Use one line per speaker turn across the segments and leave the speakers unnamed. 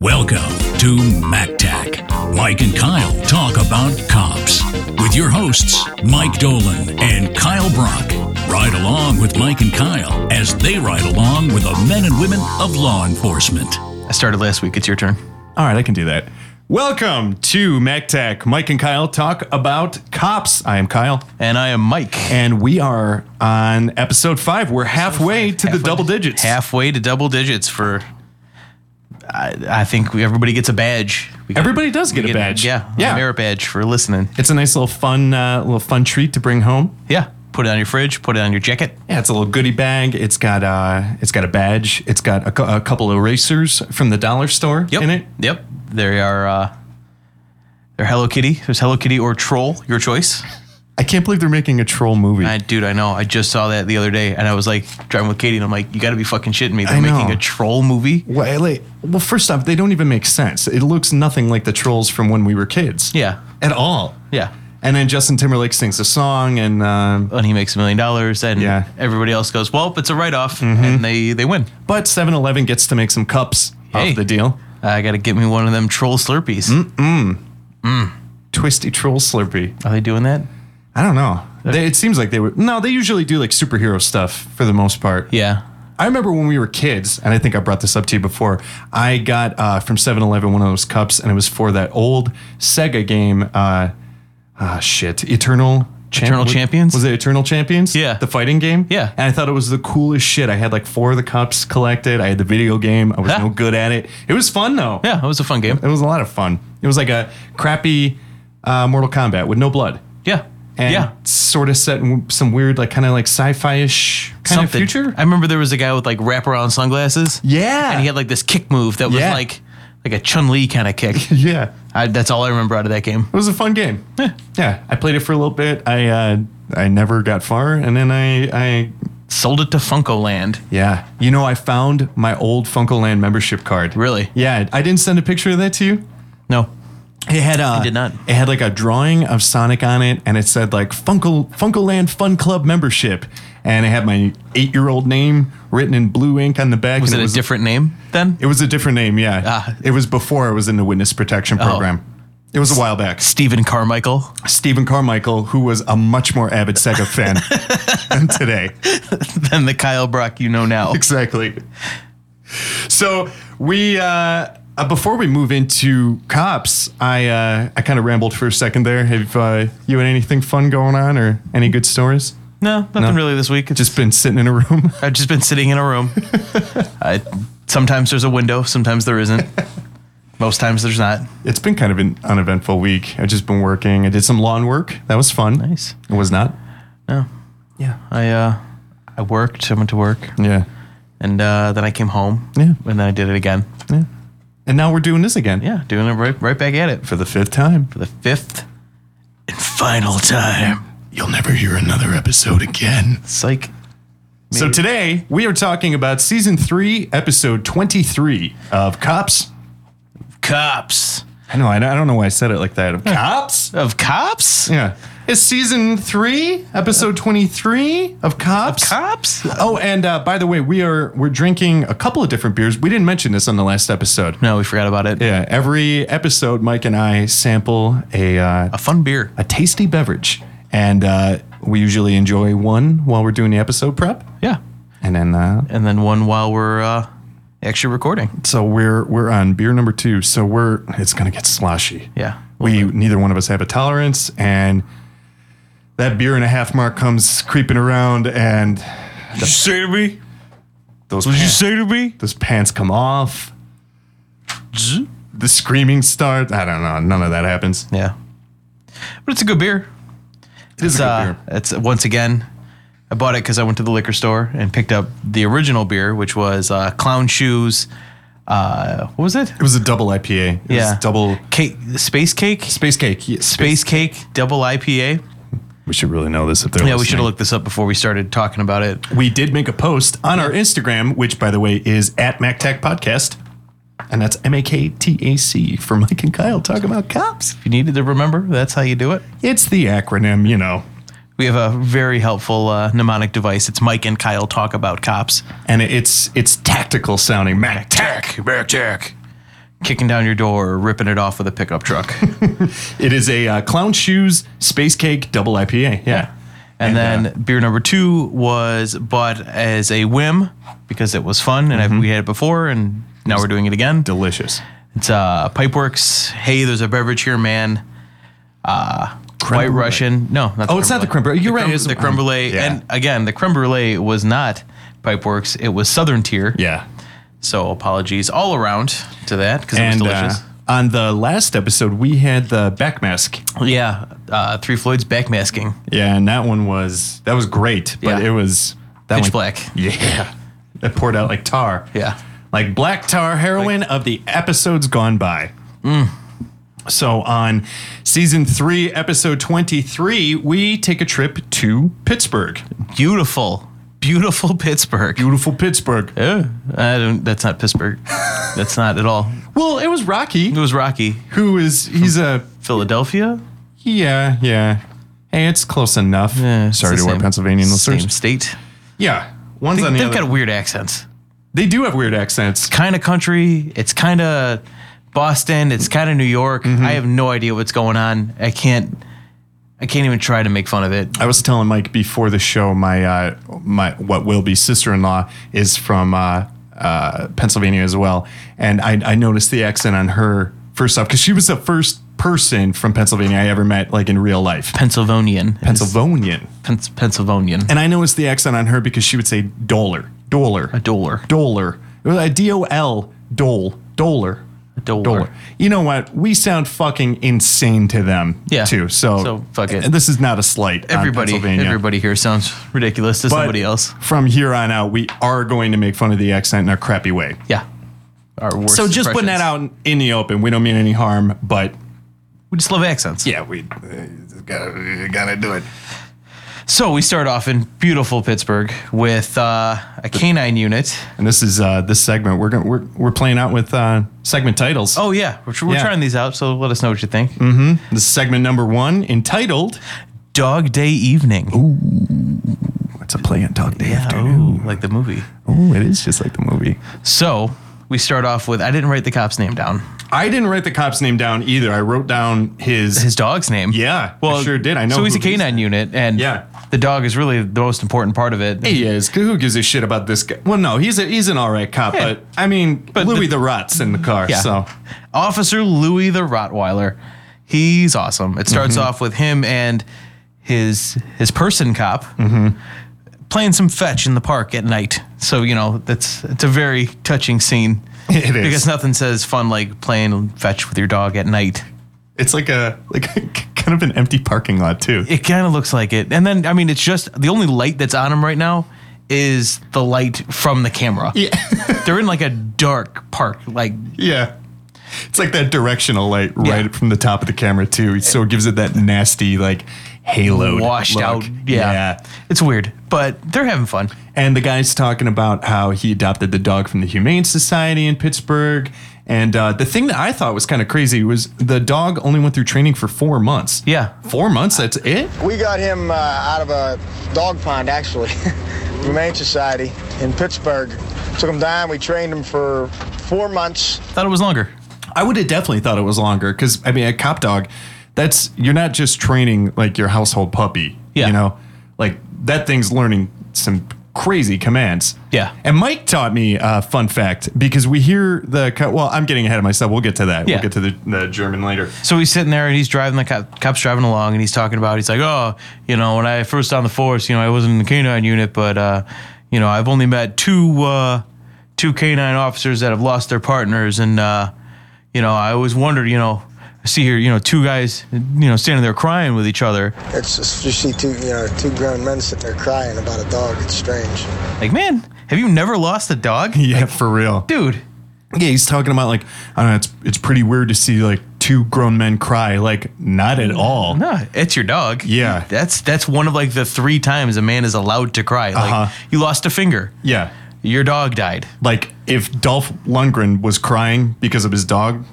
Welcome to MacTac. Mike and Kyle talk about cops with your hosts, Mike Dolan and Kyle Brock. Ride along with Mike and Kyle as they ride along with the men and women of law enforcement.
I started last week. It's your turn.
All right, I can do that. Welcome to MacTac. Mike and Kyle talk about cops. I am Kyle,
And I am Mike.
and we are on episode five. We're halfway to the
Halfway-
double digits.
Halfway to double digits for. I, I think we, everybody gets a badge. We get-
Everybody does get
we
a badge.
Yeah.
Yeah.
A merit badge for listening.
It's a nice little fun, uh, little fun treat to bring home.
Yeah. Put it on your fridge. Put it on your jacket.
Yeah, it's a little goodie bag. It's got uh, it's got a badge. It's got a, cou- a couple erasers from the dollar store
Yep.
in it.
Yep. They are. Uh, they're Hello Kitty. There's Hello Kitty or Troll, your choice.
I can't believe they're making a troll movie.
I, dude, I know. I just saw that the other day, and I was like driving with Katie, and I'm like, "You got to be fucking shitting me! They're
I
making
know.
a troll movie."
well, like, well, first off, they don't even make sense. It looks nothing like the trolls from when we were kids.
Yeah,
at all.
yeah.
And then Justin Timberlake sings a song, and uh,
and he makes a million dollars, and
Yeah. Mm-hmm.
everybody else goes, "Well, it's a write-off," and they they win.
but 7-Eleven gets to make some cups
Hey.
off the deal.
I got to get me one of them troll Slurpees.
Mm. Twisty Troll Slurpee.
Are they doing that?
I don't know. They, it seems like they were. No, they usually do like superhero stuff for the most part.
Yeah,
I remember when we were kids, and I think I brought this up to you before. I got uh, from 7 Eleven one of those cups, and it was for that old Sega game. Uh, ah, shit. Eternal. Champ-
Eternal Champions?
Was it Eternal Champions?
Yeah.
The fighting game?
Yeah.
And I thought it was the coolest shit. I had like four of the cups collected. I had the video game. I was
Huh.
no good at it. It was fun, though.
yeah, it was a fun game.
It was a lot of fun. It was like a crappy uh, Mortal Kombat with no blood.
Yeah,
And
yeah,
sort of set in some weird, like kind of like sci fi ish kind of future.
I remember there was a guy with like wraparound sunglasses.
Yeah.
and he had like this kick move that was
Yeah.
like like a Chun Li kind of kick.
yeah.
I, that's all I remember out of that game.
It was a fun game. Yeah, I played it for a little bit. I uh, I never got far, and then I I
Sold it to Funko Land.
yeah. You know, I found my old Funko Land membership card.
Really?
Yeah, I didn't send a picture of that to you.
No,
It had uh,
did not.
It had like a drawing of Sonic on it, and it said like Funko Funkoland Fun Club membership, and it had my eight year old name written in blue ink on the back.
was
and
it, a different name then?
It was a different name. Yeah,
Ah. Oh.
it was before I was in the witness protection program. It was a while back.
Stephen Carmichael.
Stephen Carmichael, who was a much more avid Sega fan than today.
then the Kyle Brock you know now.
Exactly. So we uh, uh, before we move into cops, I uh, I kind of rambled for a second there. Have uh, you had anything fun going on or any good stories?
No, nothing really this week. It's
Just been sitting in a room.
I've just been sitting in a room. I, sometimes there's a window, sometimes there isn't. Most times there's not.
It's been kind of an uneventful week. I've just been working. I did some lawn work. That was fun.
Nice.
It was not.
No.
Yeah.
I uh, I worked. I went to work,
Yeah.
and uh, then I came home.
Yeah.
And then I did it again.
Yeah. And now we're doing this again.
Yeah, doing it right right back at it for
For the fifth time.
the fifth and final time.
You'll never hear another episode again.
Psych.
So today we are talking about season three, episode twenty-three of Cops.
Cops
I know I don't I don't know why I said it like that. Cops.
of cops.
Yeah, it's season three, episode twenty-three of Cops.
Cops.
Oh, and uh, by the way, we are we're drinking a couple of different beers. We didn't mention this on the last episode.
No, we forgot about it.
Yeah, every episode, Mike and I sample a uh,
A fun beer.
a tasty beverage, and uh, we usually enjoy one while we're doing the episode prep,
Yeah.
and then uh,
And then one while we're uh, actually recording.
So we're we're on beer number two. So we're it's gonna get sloshy.
Yeah.
We neither one of us have a tolerance, and that beer and a half mark comes creeping around, and
Did you say to me?
those pants,
say to me?
those pants come off. The screaming starts. I don't know. None of that happens.
Yeah. But it's a good beer.
It
It's,
is a good
uh,
beer.
it's once again, I bought it because I went to the liquor store and picked up the original beer, which was uh, Clown Shoes. Uh, what was it?
It was a double IPA. It was double
cake, space cake,
space cake. Yeah,
space cake, double IPA.
We should really know this if they're
Yeah, we should have
listening.
looked this up before we started talking about it.
We did make a post on our Instagram, which, by the way, is at MacTac Podcast. And that's M A K T A C for Mike and Kyle talk about cops.
If you needed to remember, that's how you do it.
It's the acronym, you know.
We have a very helpful uh, mnemonic device. It's Mike and Kyle talk about cops.
And it's it's tactical sounding. MacTac. MacTac.
kicking down your door or ripping it off with a pickup truck.
It is a uh, clown shoes space cake double IPA. Yeah.
And,
And, uh,
then beer number two was bought as a whim because it was fun and I,
Mm-hmm.
we had it before and now we're doing it again.
Delicious.
It's uh, Pipeworks. Hey, there's a beverage here, man. Uh, White
brulee.
Russian. No, not
Oh, it's not the creme brulee. You're
the
right,
creme-
it's-
the creme brulee.
yeah.
And again, the creme brulee was not Pipeworks. It was Southern Tier.
Yeah.
So apologies all around to that because it was
And uh,
delicious.
on the last episode, we had the backmask.
yeah, uh, Three Floyd's backmasking.
Yeah, and that one was that was great, but
Yeah.
it was that
Pitch
one-
black.
Yeah, that poured out like tar.
Yeah.
like black tar heroin of the episodes gone by.
Mm.
So on season three, episode twenty-three, we take a trip to Pittsburgh.
Beautiful, beautiful Pittsburgh.
Beautiful Pittsburgh.
Yeah, I don't. That's not Pittsburgh. that's not at all.
Well, it was Rocky,
It was Rocky,
who is he's a
Philadelphia.
yeah yeah. Hey, it's close enough.
Yeah, Eh, it's
Sorry
the
to our
same-
Pennsylvania listeners.
Same state.
Yeah, one's
They,
on the
have
other.
got weird accents.
they do have weird accents.
Kind of country. It's kind of Boston. It's kind of New York.
Mm-hmm.
I have no idea what's going on. I can't. I can't even try to make fun of it.
I was telling Mike before the show, my uh, my what will be sister in law is from uh, uh, Pennsylvania as well, and I, I noticed the accent on her first off because she was the first person from Pennsylvania I ever met like in real life,
Pennsylvanian.
Pennsylvanian,
Pens- Pennsylvanian.
and I noticed the accent on her because she would say dollar, dollar,
A dollar.
dollar, It was a D O L, dole, dollar.
Dollar.
Dollar. You know what? We sound fucking insane to them,
Yeah.
too. So,
So, fuck it.
and This is not a slight. on
Everybody.
Pennsylvania.
Everybody here sounds ridiculous to
But
somebody else.
From here on out, we are going to make fun of the accent in a crappy way.
Yeah. Our worst
So just putting
impressions.
that out in the open, we don't mean any harm, but
We just love accents.
yeah, we uh, gotta, gotta do it.
So we start off in beautiful Pittsburgh with uh, a canine unit.
And this is uh, this segment we're gonna we're, we're playing out with uh, segment titles.
Oh yeah, we're, we're
Yeah. Mm-hmm.
trying these out. So let us know what you think.
this is segment number one entitled
Dog Day Evening. Ooh,
"What's a play on Dog Day
ooh, like the movie.
Oh, it is just like the movie.
So we start off with I didn't write the cop's name down.
I didn't write the cop's name down either. I wrote down his.
His dog's name.
Yeah, I sure did. I know
So he's
who
a canine unit, and
Yeah.
the dog is really the most important part of it.
he is. 'cause Who gives a shit about this guy? Well, no, he's a, he's an all right cop,
Yeah.
but I mean,
But
Louis
the-
the, Rot's in the car,
Yeah.
so
Officer Louis the Rottweiler. He's awesome. It starts
Mm-hmm.
off with him and his his person cop
Mm-hmm.
playing some fetch in the park at night. So you know that's it's a very touching scene.
It is.
because nothing says fun like playing fetch with your dog at night.
It's like a like a, kind of an empty parking lot too.
It kind of looks like it. And then I mean, it's just the only light that's on him right now is the light from the camera.
Yeah,
They're in like a dark park, like
yeah. It's like that directional light
Yeah.
right from the top of the camera too. So it gives it that nasty like halo
washed out. Yeah. it's weird, but they're having fun.
And the guy's talking about how he adopted the dog from the Humane Society in Pittsburgh. And uh, the thing that I thought was kind of crazy was the dog only went through training for four months.
Yeah.
four months. That's it.
We got him uh, out of a dog pond, actually, Humane Society in Pittsburgh. Took him down. We trained him for four months.
Thought it was longer.
I would have definitely thought it was longer because I mean a cop dog, that's you're not just training like your household puppy.
Yeah.
You know, like that thing's learning some crazy commands.
Yeah.
And Mike taught me a uh, fun fact because we hear the co- well, I'm getting ahead of myself. We'll get to that.
Yeah.
We'll get to the, the German later.
So he's sitting there and he's driving the cop, cop's driving along and he's talking about he's like, oh, you know, when I first on the force, you know, I wasn't in the canine unit, but uh, you know, I've only met two uh, two canine officers that have lost their partners, and uh, you know, I always wondered, you know, I see here, you know, two guys, you know, standing there crying with each other,
It's just, you see two, you know, two grown men sitting there crying about a dog. It's strange.
like, man, have you never lost a dog,
Yeah, for real.
dude?
Yeah, he's talking about like I don't know. It's it's pretty weird to see like two grown men cry. Like not at all.
No, it's your dog.
Yeah.
that's that's one of like the three times a man is allowed to cry. Like,
Uh-huh.
you lost a finger,
Yeah.
your dog died.
Like if Dolph Lundgren was crying because of his dog.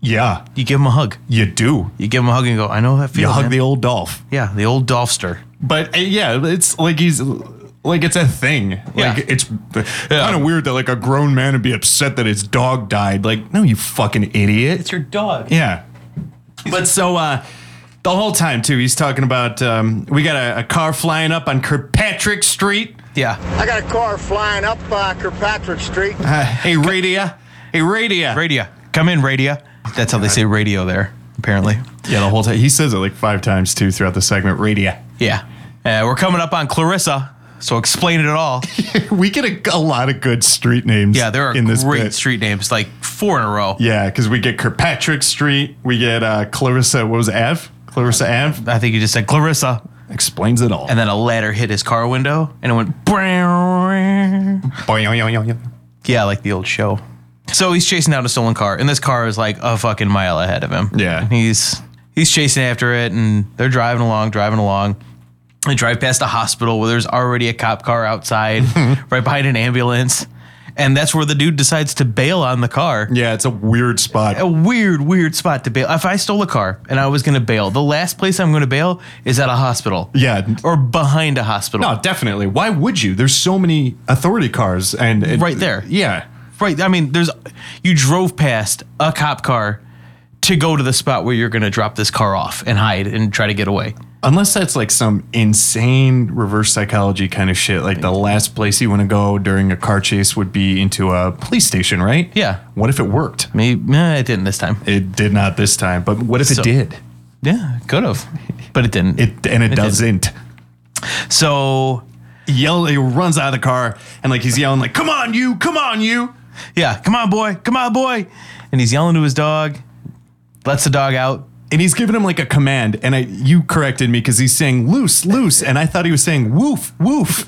Yeah,
You give him a hug.
you do.
You give him a hug and go, I know how that feels.
You hug
man."
the old Dolph.
yeah, the old Dolphster.
But uh, yeah, it's like he's Like it's a thing. Like
Yeah.
it's kind of weird that like a grown man would be upset that his dog died. Like, no, you fucking idiot.
It's your dog.
Yeah. But so uh the whole time too, he's talking about um we got a, a car flying up on Kirkpatrick Street.
Yeah.
I got a car flying up uh, Kirkpatrick Street.
Uh, hey radio. Hey radio.
Radio. Come in, radio. That's how they say radio there, apparently.
Yeah, the whole time he says it like five times too throughout the segment. Radio.
Yeah. Uh, we're coming up on Clarissa, so explain it all.
We get a, a lot of good street names.
Yeah, there are
in this
great
bit.
street names, like four in a row.
Yeah, because we get Kirkpatrick Street, we get uh Clarissa. What was it, Ave? Clarissa Ave
I think he just said Clarissa,
explains it all.
and then a ladder hit his car window, and it went. Yeah, like the old show. So he's chasing down a stolen car, and this car is like a fucking mile ahead of him.
Yeah.
And he's he's chasing after it, and they're driving along, driving along. They drive past a hospital where there's already a cop car outside, right behind an ambulance, and that's where the dude decides to bail on the car.
yeah, it's a weird spot.
A weird, weird spot to bail. If I stole a car and I was going to bail, the last place I'm going to bail is at a hospital.
Yeah.
Or behind a hospital.
No, definitely. Why would you? There's so many authority cars and, and-
Right there.
Yeah.
Right. I mean, there's you drove past a cop car to go to the spot where you're going to drop this car off and hide and try to get away.
Unless that's like some insane reverse psychology kind of shit. Like the last place you want to go during a car chase would be into a police station, right?
Yeah.
What if it worked?
Maybe eh, it didn't this time.
It did not this time, but what if
So-
it did?
Yeah, could have, but it didn't.
It and it,
did.
doesn't.
so
Yell! He runs out of the car and like he's yelling like, "Come on, you! Come on, you!"
yeah, come on, boy, come on, boy, and he's yelling to his dog. Lets the dog out.
And he's giving him like a command. And I, you corrected me because he's saying "loose, loose," and I thought he was saying "woof, woof."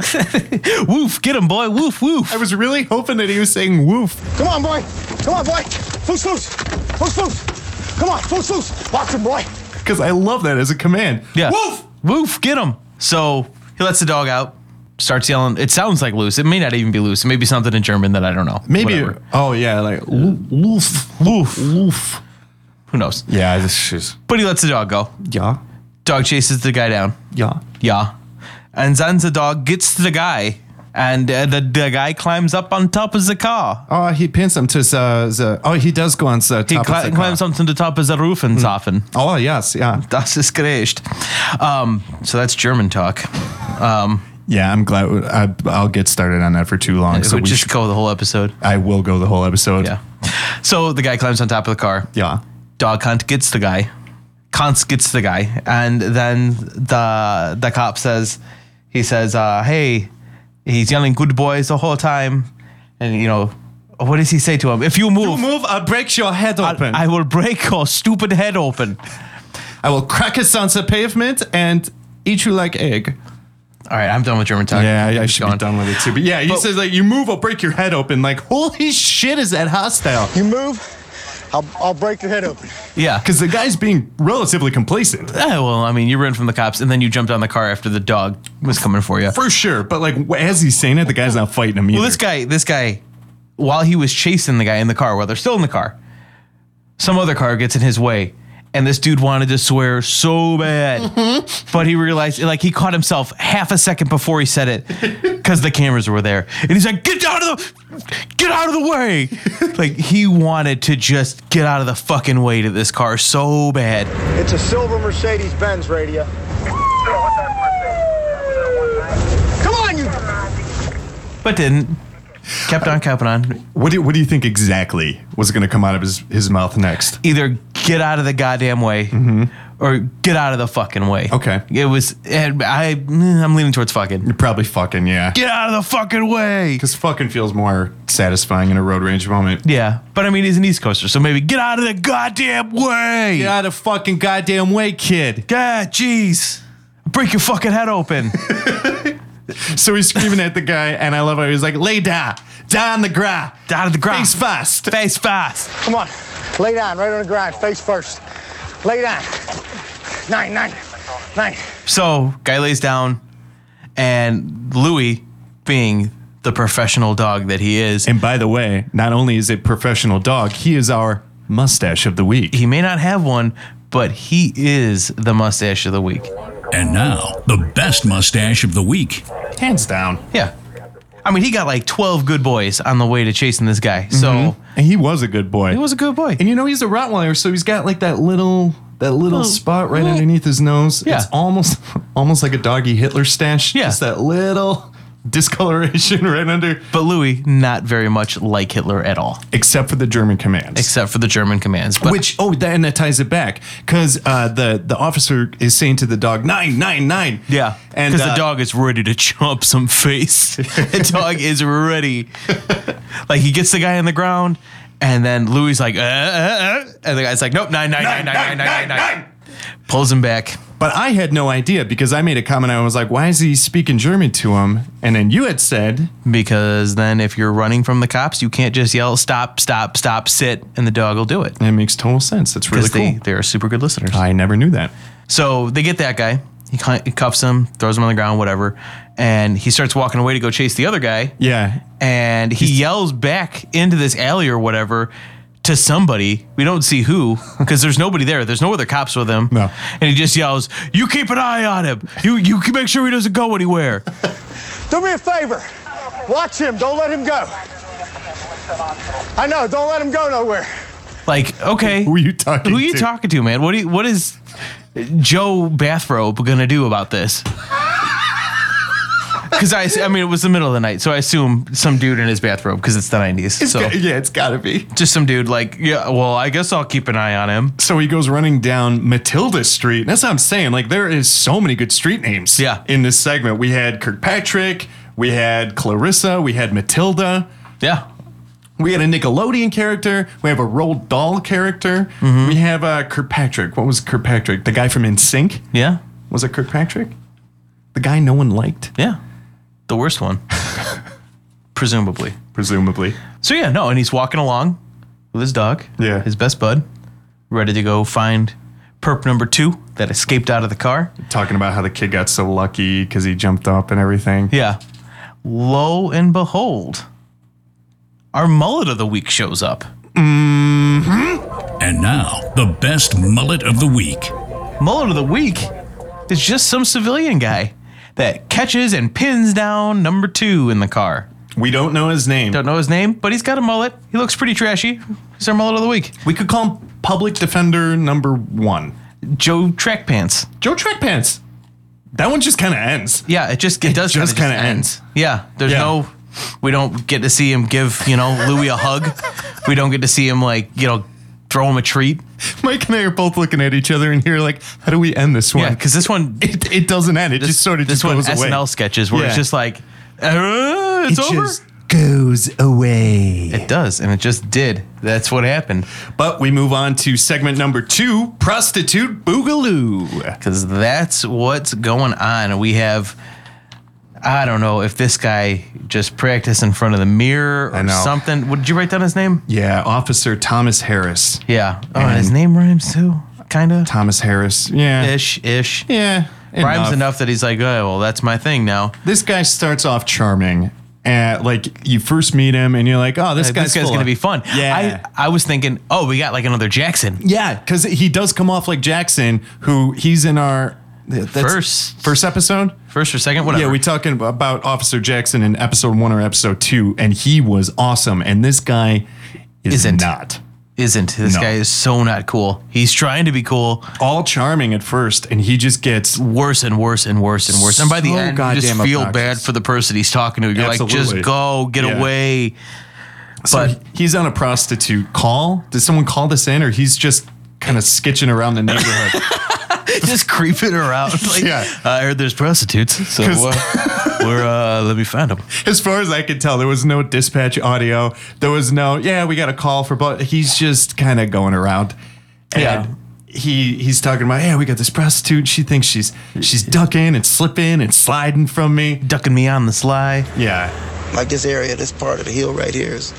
Woof, get him, boy. Woof, woof.
I was really hoping that he was saying "woof."
Come on, boy. Come on, boy. Loose, loose. Loose, loose. Come on, loose, loose. Box him, boy.
Because I love that as a command.
Yeah.
Woof!
Woof, get him. So he lets the dog out. Starts yelling. It sounds like loose. It may not even be loose. It may be something in German that I don't know.
Maybe.
Whatever.
Oh, yeah. Like, lo- loof. Loof. Loof.
who knows?
Yeah, this is.
But he lets the dog go.
Yeah.
Dog chases the guy down.
Yeah.
Yeah. And then the dog gets the guy, and uh, the, the guy climbs up on top of the car.
Oh, he pins him to the. the oh, he does go on the top
He
of
cli-
the
climbs
car.
up to the top of the roof and soften.
Oh, yes. Yeah.
Das ist gerecht. Um, so that's German talk. Um,
Yeah, I'm glad. I, I'll get started on that for too long.
it
So
would
we
just
should-
go the whole episode.
I will go the whole episode.
Yeah. So the guy climbs on top of the car.
Yeah.
Dog Hunt gets the guy. Kant gets the guy, and then the the cop says, he says, uh, "Hey," he's yelling "good boys" the whole time, and you know, what does he say to him? If you move,
Move, I'll break your head open.
I will break your stupid head open.
I will crack us on the pavement and eat you like egg.
All right, I'm done with German talk.
Yeah, I, I
Keep
should
going.
be done with it too. But yeah, he
But-
says like you move, I'll break your head open. Like holy shit, is that hostile?
You move, I'll, I'll break your head open.
Yeah, because
Because the guy's being relatively complacent
well, I mean, you ran from the cops, and then you jumped on the car after the dog was coming for you.
for sure, but like wh- as he's saying it, the guy's not fighting him either.
Well, this guy, this guy, while he was chasing the guy in the car, while they're still in the car, some other car gets in his way, and this dude wanted to swear so bad, but he realized, like, he caught himself half a second before he said it, because the cameras were there, and he's like, "Get out of the, get out of the way!" like he wanted to just get out of the fucking way to this car so bad.
It's a silver Mercedes Benz radio. Come on, you.
but didn't. Kept on kept on.
what do you, what do you think exactly was going to come out of his his mouth next?
Either get out of the goddamn way, or get out of the fucking way.
Okay.
It was. And I. mm, I'm leaning towards fucking.
Probably fucking yeah.
Get out of the fucking way.
Because fucking feels more satisfying in a road rage moment.
Yeah, but I mean he's an East Coaster, so maybe get out of the goddamn way.
Get out of fucking goddamn way, kid.
Yeah, jeez. Break your fucking head open.
So he's screaming at the guy, and I love how he's like, lay down, down on the gra,
Down to the ground.
face fast.
Face fast.
Come on. Lay down, right on the ground, face first. Lay down. Nine, nine, nine.
So guy lays down, and Louis, being the professional dog that he is,
And by the way, not only is it professional dog, he is our mustache of the week.
he may not have one, but he is the mustache of the week.
And now, the best mustache of the week.
Hands down.
Yeah. I mean, he got like 12 good boys on the way to chasing this guy. So
And he was a good boy.
he was a good boy.
And you know he's a Rottweiler, so he's got like that little that little
Little-
spot right
yeah.
underneath his nose.
Yeah.
It's almost almost like a doggy Hitler stash.
Yeah.
Just that little discoloration right under
But Louis, not very much like Hitler at all,
except for the German commands.
except for the German commands. But
Which oh, that, and that ties it back because uh, the the officer is saying to the dog nine nine nine.
Yeah,
and
because
uh,
the dog is ready to chomp some face. the dog is ready. like he gets the guy on the ground, and then Louis like, uh, uh, uh, and the guy's like, nope, nine, nine, nine, nine, nine, nine, nine, nine. Pulls him back.
But I had no idea because I made a comment. I was like, "Why is he speaking German to him?" And then you had said,
Because then, if you're running from the cops, you can't just yell "stop, stop, stop, sit," and the dog will do it
"That makes total sense. That's really
because
cool."
they they are super good listeners.
I never knew that.
So they get that guy. He cu- he cuffs him, throws him on the ground, whatever, and he starts walking away to go chase the other guy.
Yeah,
and he yells back into this alley or whatever to somebody. We don't see who because there's nobody there. There's no other cops with him.
No.
And he just yells, "You keep an eye on him. You you can make sure he doesn't go anywhere."
Do me a favor. Watch him. Don't let him go. I know. Don't let him go nowhere.
Like, okay,
who are you talking?
who are you
to?
talking to, man? What do you, what is Joe Bathrobe gonna do about this? Because I, I mean, it was the middle of the night, so I assume some dude in his bathrobe because it's the '90s.
It's
so
got- yeah, it's got to be.
just some dude, like, yeah, well, I guess I'll keep an eye on him.
So he goes running down Matilda Street. That's what I'm saying. Like there is so many good street names.
Yeah.
In this segment, we had Kirkpatrick, we had Clarissa, we had Matilda,
Yeah,
we had a Nickelodeon character, we have a Roald Dahl character,
Mm-hmm.
we have uh, Kirkpatrick. What was Kirkpatrick? The guy from InSync.
yeah.
Was it Kirkpatrick? The guy no one liked,
Yeah. The worst one. Presumably.
presumably.
So yeah, no, and he's walking along with his dog.
Yeah.
His best bud. Ready to go find perp number two that escaped out of the car.
Talking about how the kid got so lucky because he jumped up and everything.
Yeah. Lo and behold, our mullet of the week shows up.
And now, the best mullet of the week.
Mullet of the week is just some civilian guy that catches and pins down number two in the car.
We don't know his name.
Don't know his name, but he's got a mullet. He looks pretty trashy. He's our mullet of the week.
We could call him Public Defender Number One.
Joe Track Pants.
Joe Track Pants. That one just kind of ends.
Yeah, it just it does
just
kinda
kinda
Yeah, there's
Yeah.
no. We don't get to see him give you know Louis a hug. We don't get to see him like you know throw him a treat.
Mike and I are both looking at each other and here like, how do we end this one?
Yeah, because this one, this,
it, it doesn't end. It just sort of just
one
goes away.
SNL sketches where it's
Yeah.
just like "Uh, it's
it
over.
just goes away.
it does, and it just did. That's what happened
But we move on to segment number two, Prostitute Boogaloo.
because that's what's going on. We have. I don't know if this guy just practiced in front of the mirror
I
or
know.
something. What, did you write down his name?
Yeah, Officer Thomas Harris.
Yeah. Oh, and his name rhymes too, kind of.
Thomas Harris. Yeah.
Ish, ish.
Yeah.
rhymes enough. that he's like, oh, well, that's my thing now.
This guy starts off charming. Uh, like you first meet him and you're like, oh, this guy's,
this guy's
full
gonna
of-
be fun.
Yeah.
I, I was thinking, oh, we got like another Jackson.
Yeah, because he does come off like Jackson, who he's in our that's-
First.
first episode.
First or second, whatever.
Yeah, we talking about Officer Jackson in episode one or episode two, and he was awesome. And this guy is
Isn't.
not
Isn't. This
No.
guy is so not cool. He's trying to be cool.
all charming at first, and he just gets
Worse and worse and worse and worse. And by the
So
end, you just
goddamn
feel
obnoxious.
bad for the person he's talking to. You're like,
Absolutely.
just go, get
Yeah.
away.
so
But
he's on a prostitute call. Did someone call this in, or he's just kind of skitching around the neighborhood?
just creeping around. Like,
Yeah.
I heard there's prostitutes, so uh, we're uh, let me find them.
as far as I could tell, there was no dispatch audio. There was no, yeah, we got a call for, but he's just kind of going around. And
Yeah.
He he's talking about, yeah, we got this prostitute. She thinks she's she's ducking and slipping and sliding from me.
Ducking me on the sly.
Yeah.
Like this area, this part of the hill right here is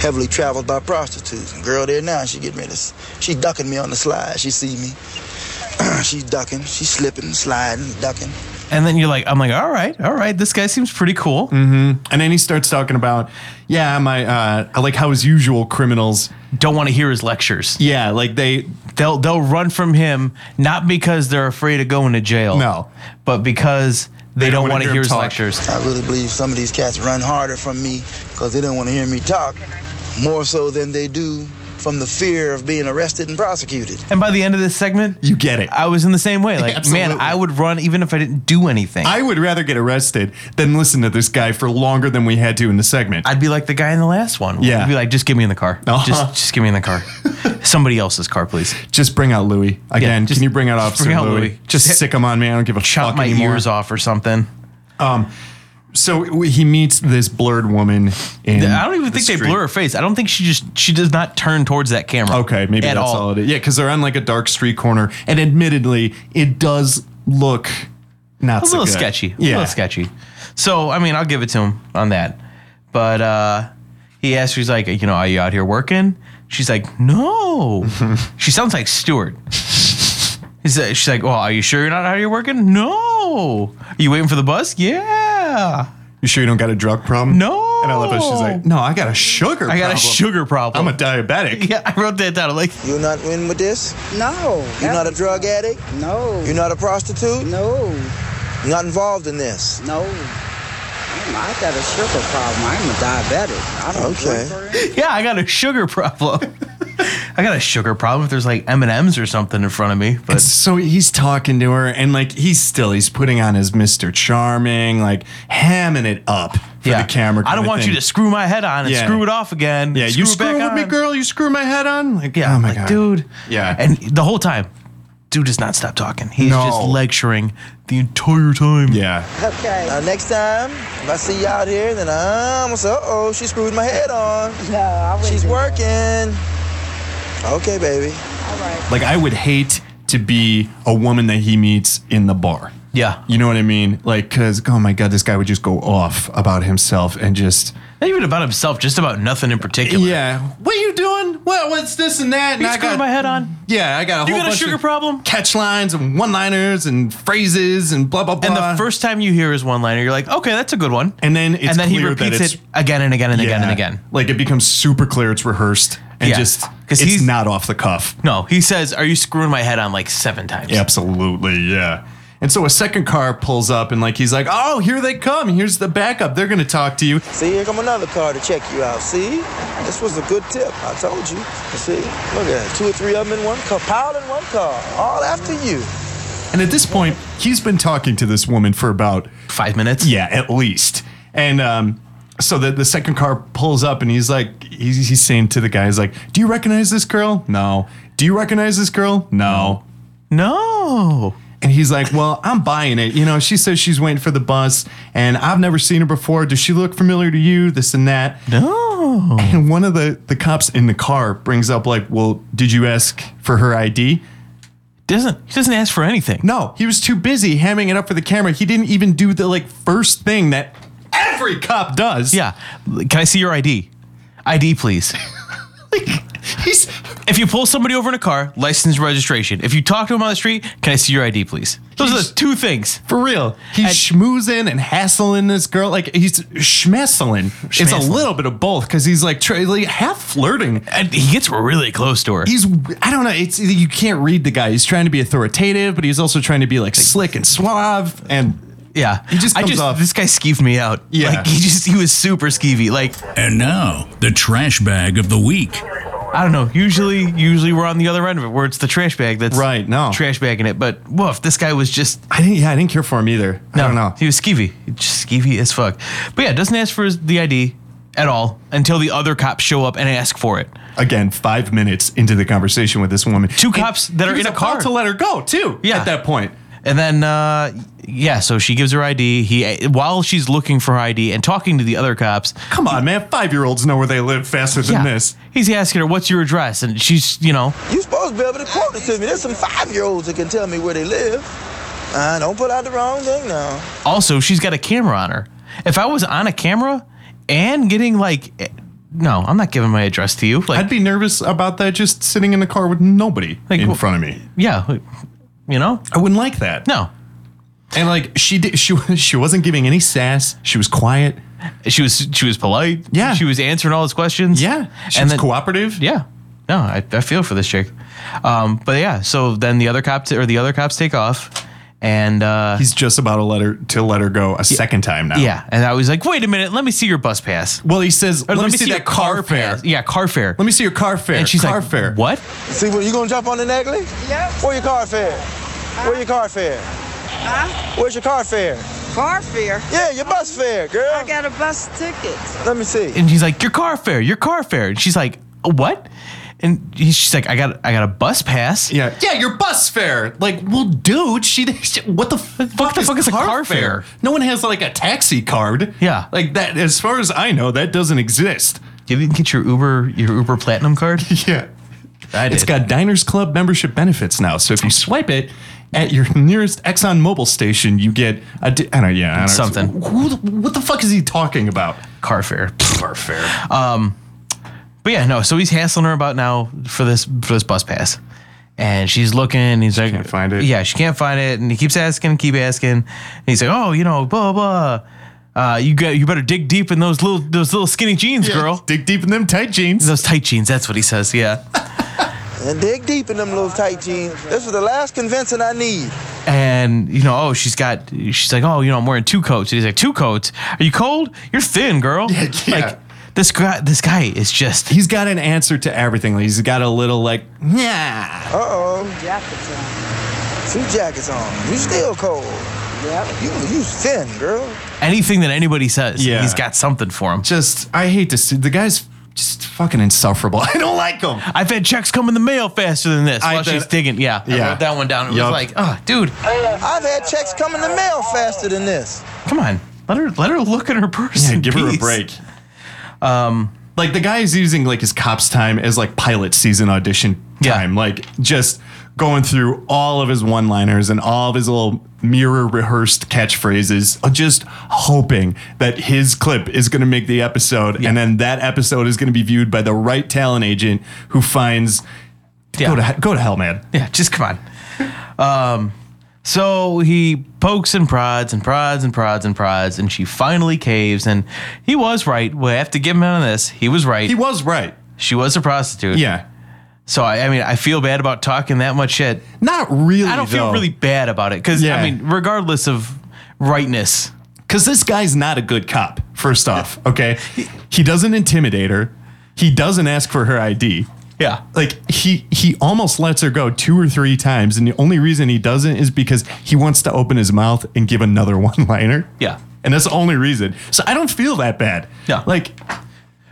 heavily traveled by prostitutes. And girl there now, she getting ready to, s- she ducking me on the slide. She see me. she's ducking, she's slipping, sliding, ducking.
And then you're like, I'm like, all right, all right, this guy seems pretty cool.
Mm-hmm. And then he starts talking about, yeah, my, uh, I like how as usual criminals,
Don't want to hear his lectures.
yeah, like they,
They'll they'll run from him not because they're afraid of going to jail.
No.
but because they, don't, want to hear
him
his
talk.
lectures.
I really believe some of these cats run harder from me because they don't want to hear me talk more so than they do from the fear of being arrested and prosecuted.
And by the end of this segment,
you get it.
I was in the same way. Like, man,
Absolutely.
I would run even if I didn't do anything. I,
I would rather get arrested than listen to this guy for longer than we had to in the segment.
would be like the guy in the last one.
Yeah.
I'd be like, just get me in the car.
Uh-huh.
Just just get me in the car. Somebody else's car, please.
just bring out Louis again.
just
Can you bring out
just
Officer
bring out
Louis?
Louis.
Just
Just
sick him on me. I don't give a
Chop
fuck
my
anymore.
ears off or something.
So w- he meets this blurred woman. In
I don't even
Mm, the
think they
street.
blur her face. I don't think she just she does not turn towards that camera.
Okay, maybe
at
that's all.
all.
it is. Yeah, because they're on like a dark street corner, and admittedly, it does look not
a
so
little
good.
sketchy. A
Yeah,
little sketchy. So, I mean, I'll give it to him on that. But uh, he asked, her, he's like, you know, are you out here working? She's like, no. she sounds like Stewart. He's like, she's like, well, are you sure you're not out here working? No. Are you waiting for the bus? Yeah.
You sure you don't got a drug problem?
No.
And I love how she's like, no, I got a sugar.
I got a sugar problem.
I'm a diabetic.
yeah, I wrote that down. I'm like,
You're not in with this?
No.
You're not a drug addict?
No.
You're not a prostitute?
No.
You're not involved in this?
No. I'm- I got a sugar problem. I'm a diabetic. I don't
Okay.
drink or anything.
yeah, I got a sugar problem. I got a sugar problem if there's like M&Ms or something in front of me. But
So he's talking to her, and like he's still he's putting on his Mr. Charming, like hamming it up for the camera.
I don't
kinda
want
thing.
you to screw my head on and
Yeah.
screw it off again.
Yeah, you screw
it
with
back
me,
on.
girl. You screw my head on. Like,
Yeah,
oh my
like,
god,
dude.
Yeah.
and the whole time, dude does not stop talking. He's
No.
just lecturing the entire time.
Yeah,
Now, Uh, next time, if I see you out here, then I'm gonna say, uh oh, she screwed my head on.
No, I wouldn't
She's
do that.
working. Okay, baby.
All right.
like I would hate to be a woman that he meets in the bar.
yeah.
You know what I mean? Like, cause oh my god, this guy would just go off about himself and just
Not even about himself, just about nothing in particular.
yeah, what you doing? What what's this and that? And
you
I
screwed
got-
my head on.
Yeah, I got a
You
whole
got a
bunch
sugar
of
problem.
catch lines and one liners and phrases and blah blah blah.
And the first time you hear his one liner, you're like, okay, that's a good one.
Uh, And then it's
and then he
clear that
repeats
it's-
it again and again and again and
Yeah.
again.
like it becomes super clear it's rehearsed and
Yeah.
just
'Cause
because
he's-
he's not off the cuff.
No, he says, "Are you screwing my head on like seven times?"
Absolutely, yeah. And so a second car pulls up and like he's like, "Oh, here they come. Here's the backup. They're going to talk to you."
See, here come another car to check you out. See, this was a good tip. I told you. See, look at it. two or three of them in one car, piled in one car, all after you.
And at this point, he's been talking to this woman for about
Five minutes.
yeah, at least. And um so the, the second car pulls up and he's like he's, he's saying to the guy, he's like, "Do you recognize this girl?" "No." "Do you recognize this girl?" "No."
No.
And he's like, Well, I'm buying it. You know, she says she's waiting for the bus and I've never seen her before. Does she look familiar to you? This and that.
No.
And one of the, the cops in the car brings up, like, Well, did you ask for her ID?
Doesn't he doesn't ask for anything.
No, he was too busy hamming it up for the camera. He didn't even do the like first thing that every cop does.
Yeah. Can I see your ID? ID, please.
He's
if you pull somebody over in a car, license registration. If you talk to them on the street, can I see your ID, please? Those are the two things.
for real. He's schmoozing and hassling this girl. Like he's schmessling. It's a
Schmessling.
little bit of both because he's like, tra- like half flirting.
And he gets really close to her.
he's I don't know. It's you can't read the guy. He's trying to be authoritative, but he's also trying to be like slick and suave. And
yeah.
he just
I
comes
just
off-
this guy skeeved me out.
Yeah.
Like he just he was super skeevy. Like,
And now, the trash bag of the week.
I don't know. Usually usually we're on the other end of it where it's the trash bag that's
Right, no.
trash bagging it. But woof, this guy was just
I didn't. Yeah, I didn't care for him either. I don't know.
He was skeevy. Just skeevy as fuck. But yeah, doesn't ask for his, the ID at all until the other cops show up and ask for it.
Again, five minutes into the conversation with this woman,
Two cops that
He
are
was
in a
about
car.
to let her go too.
Yeah.
at that point.
And then, uh, yeah, so she gives her ID. He, while she's looking for her ID and talking to the other cops,
Come on, man. Five year olds know where they live faster than
yeah,
this.
he's asking her, "What's your address?" And she's, you know,
You supposed to be able to quote it to me. There's some five-year-olds that can tell me where they live. Uh, don't put out the wrong thing now.
also she's got a camera on her. If I was on a camera and getting like, eh, no, I'm not giving my address to you. Like,
I'd be nervous about that just sitting in a car with nobody
Like,
in
wh-
front of me.
yeah, you know,
I wouldn't like that.
no.
And like she did, she she wasn't giving any sass. She was quiet.
She was she was polite.
Yeah.
She was answering all his questions.
Yeah, she
and
was
then,
cooperative.
Yeah. No, I, I feel for this chick. Um, but yeah, so then the other cop t- or the other cops take off, and uh,
He's just about to let her to let her go a second time now.
yeah, and I was like, wait a minute, let me see your bus pass.
Well, he says,
Or
"Let, me see,
your
that car, fare.
pass." Yeah, car fare.
Let me see your car fare."
and she's
car
like,
fare.
what?
See, what you gonna jump on the Nagley?
Yep.
Where your car fare? Where your car fare?
Huh?
Where's your car fare?
Car fare.
Yeah, your bus fare,
I
girl.
got a bus ticket.
Let me see.
And he's like, your car fare, your car fare. And she's like, what? And he- she's like, I got I got a bus pass.
Yeah, yeah, your bus fare. Like, well, dude, she. What the fuck,
the fuck is a car fare?
No one has like a taxi card.
Yeah.
like that. As far as I know, that doesn't exist.
You didn't get your Uber your Uber Platinum card.
Yeah,
I
it's got Diners Club membership benefits now. So if you swipe it at your nearest Exxon Mobil station, you get a. Di- I don't. Yeah, I don't,
Something.
Who, the- what the fuck is he talking about?
car fare.
Car fare.
But yeah, no. So he's hassling her about now for this for this bus pass, and she's looking. And he's like,
can't find it.
Yeah, she can't find it, and he keeps asking, keep asking. And he's like, oh, you know, blah blah. Uh, you got you better dig deep in those little those little skinny jeans, girl.
dig deep in them tight jeans.
Those tight jeans. That's what he says. Yeah.
And dig deep in them little tight jeans. This was the last convincing I need.
And you know, oh, she's got. She's like, oh, you know, I'm wearing two coats. And he's like, two coats? Are you cold? You're thin, girl.
Yeah, yeah.
Like this guy. This guy is just.
He's got an answer to everything. He's got a little like, yeah.
Uh-oh.
Jackets on.
Two jackets on. You still cold.
Yep.
You you thin, girl.
anything that anybody says,
Yeah.
he's got something for him.
Just, I hate to see the guy's just fucking insufferable. I don't like him.
I've had checks come in the mail faster than this.
I
While
bet-
she's digging, yeah, I
Yeah.
wrote that one down. It was
Yup.
like, oh, dude,
I've had checks come in the mail faster than this.
come on, let her let her look at her purse.
Yeah,
in
give her a
peace.
break. Um, like the guy is using like his cops time as like pilot season audition
Yeah.
time, like just going through all of his one-liners and all of his little mirror rehearsed catchphrases, uh, just hoping that his clip is going to make the episode, and then that episode is going to be viewed by the right talent agent who finds.
Yeah.
Go to he- go to hell, man.
Yeah, just come on. Um, so he pokes and prods and prods and prods and prods, and she finally caves. And he was right. We have to give him on this. He was right.
He was right.
she was a prostitute.
Yeah,
So I, I mean, I feel bad about talking that much shit.
not really.
I don't feel really bad about it because
Yeah.
I mean, regardless of rightness.
Because this guy's not a good cop, first off, okay? He doesn't intimidate her. He doesn't ask for her ID.
Yeah.
Like he he almost lets her go two or three times, and the only reason he doesn't is because he wants to open his mouth and give another one liner.
Yeah.
And that's the only reason. So I don't feel that bad.
Yeah.
Like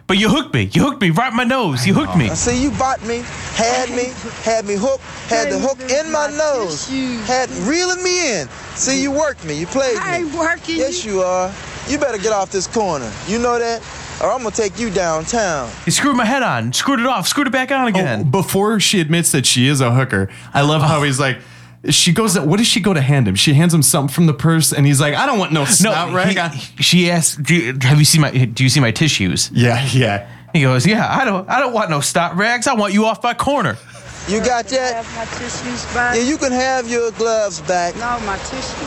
But you hooked me. You hooked me right in my nose. You hooked me.
I see you bought me, had me, had me hooked, had the hook in my nose, had reeling me in. See you worked me, you played
I ain't
me.
working.
Yes you are. You better get off this corner. You know that? Or I'm gonna take you downtown.
He screwed my head on, screwed it off, screwed it back on
oh,
again.
before she admits that she is a hooker, I love how he's like. She goes. What does she go to hand him? She hands him something from the purse, and he's like, "I don't want
no,
no snout rag."
he-
on-"
she asked, do you, "Have you seen my? Do you see my tissues?"
yeah, yeah.
He goes, "Yeah, I don't. I don't want no stop rags. I want you off my corner."
You got that?
Have my tissues back.
Yeah, you can have your gloves back.
No, my tissue.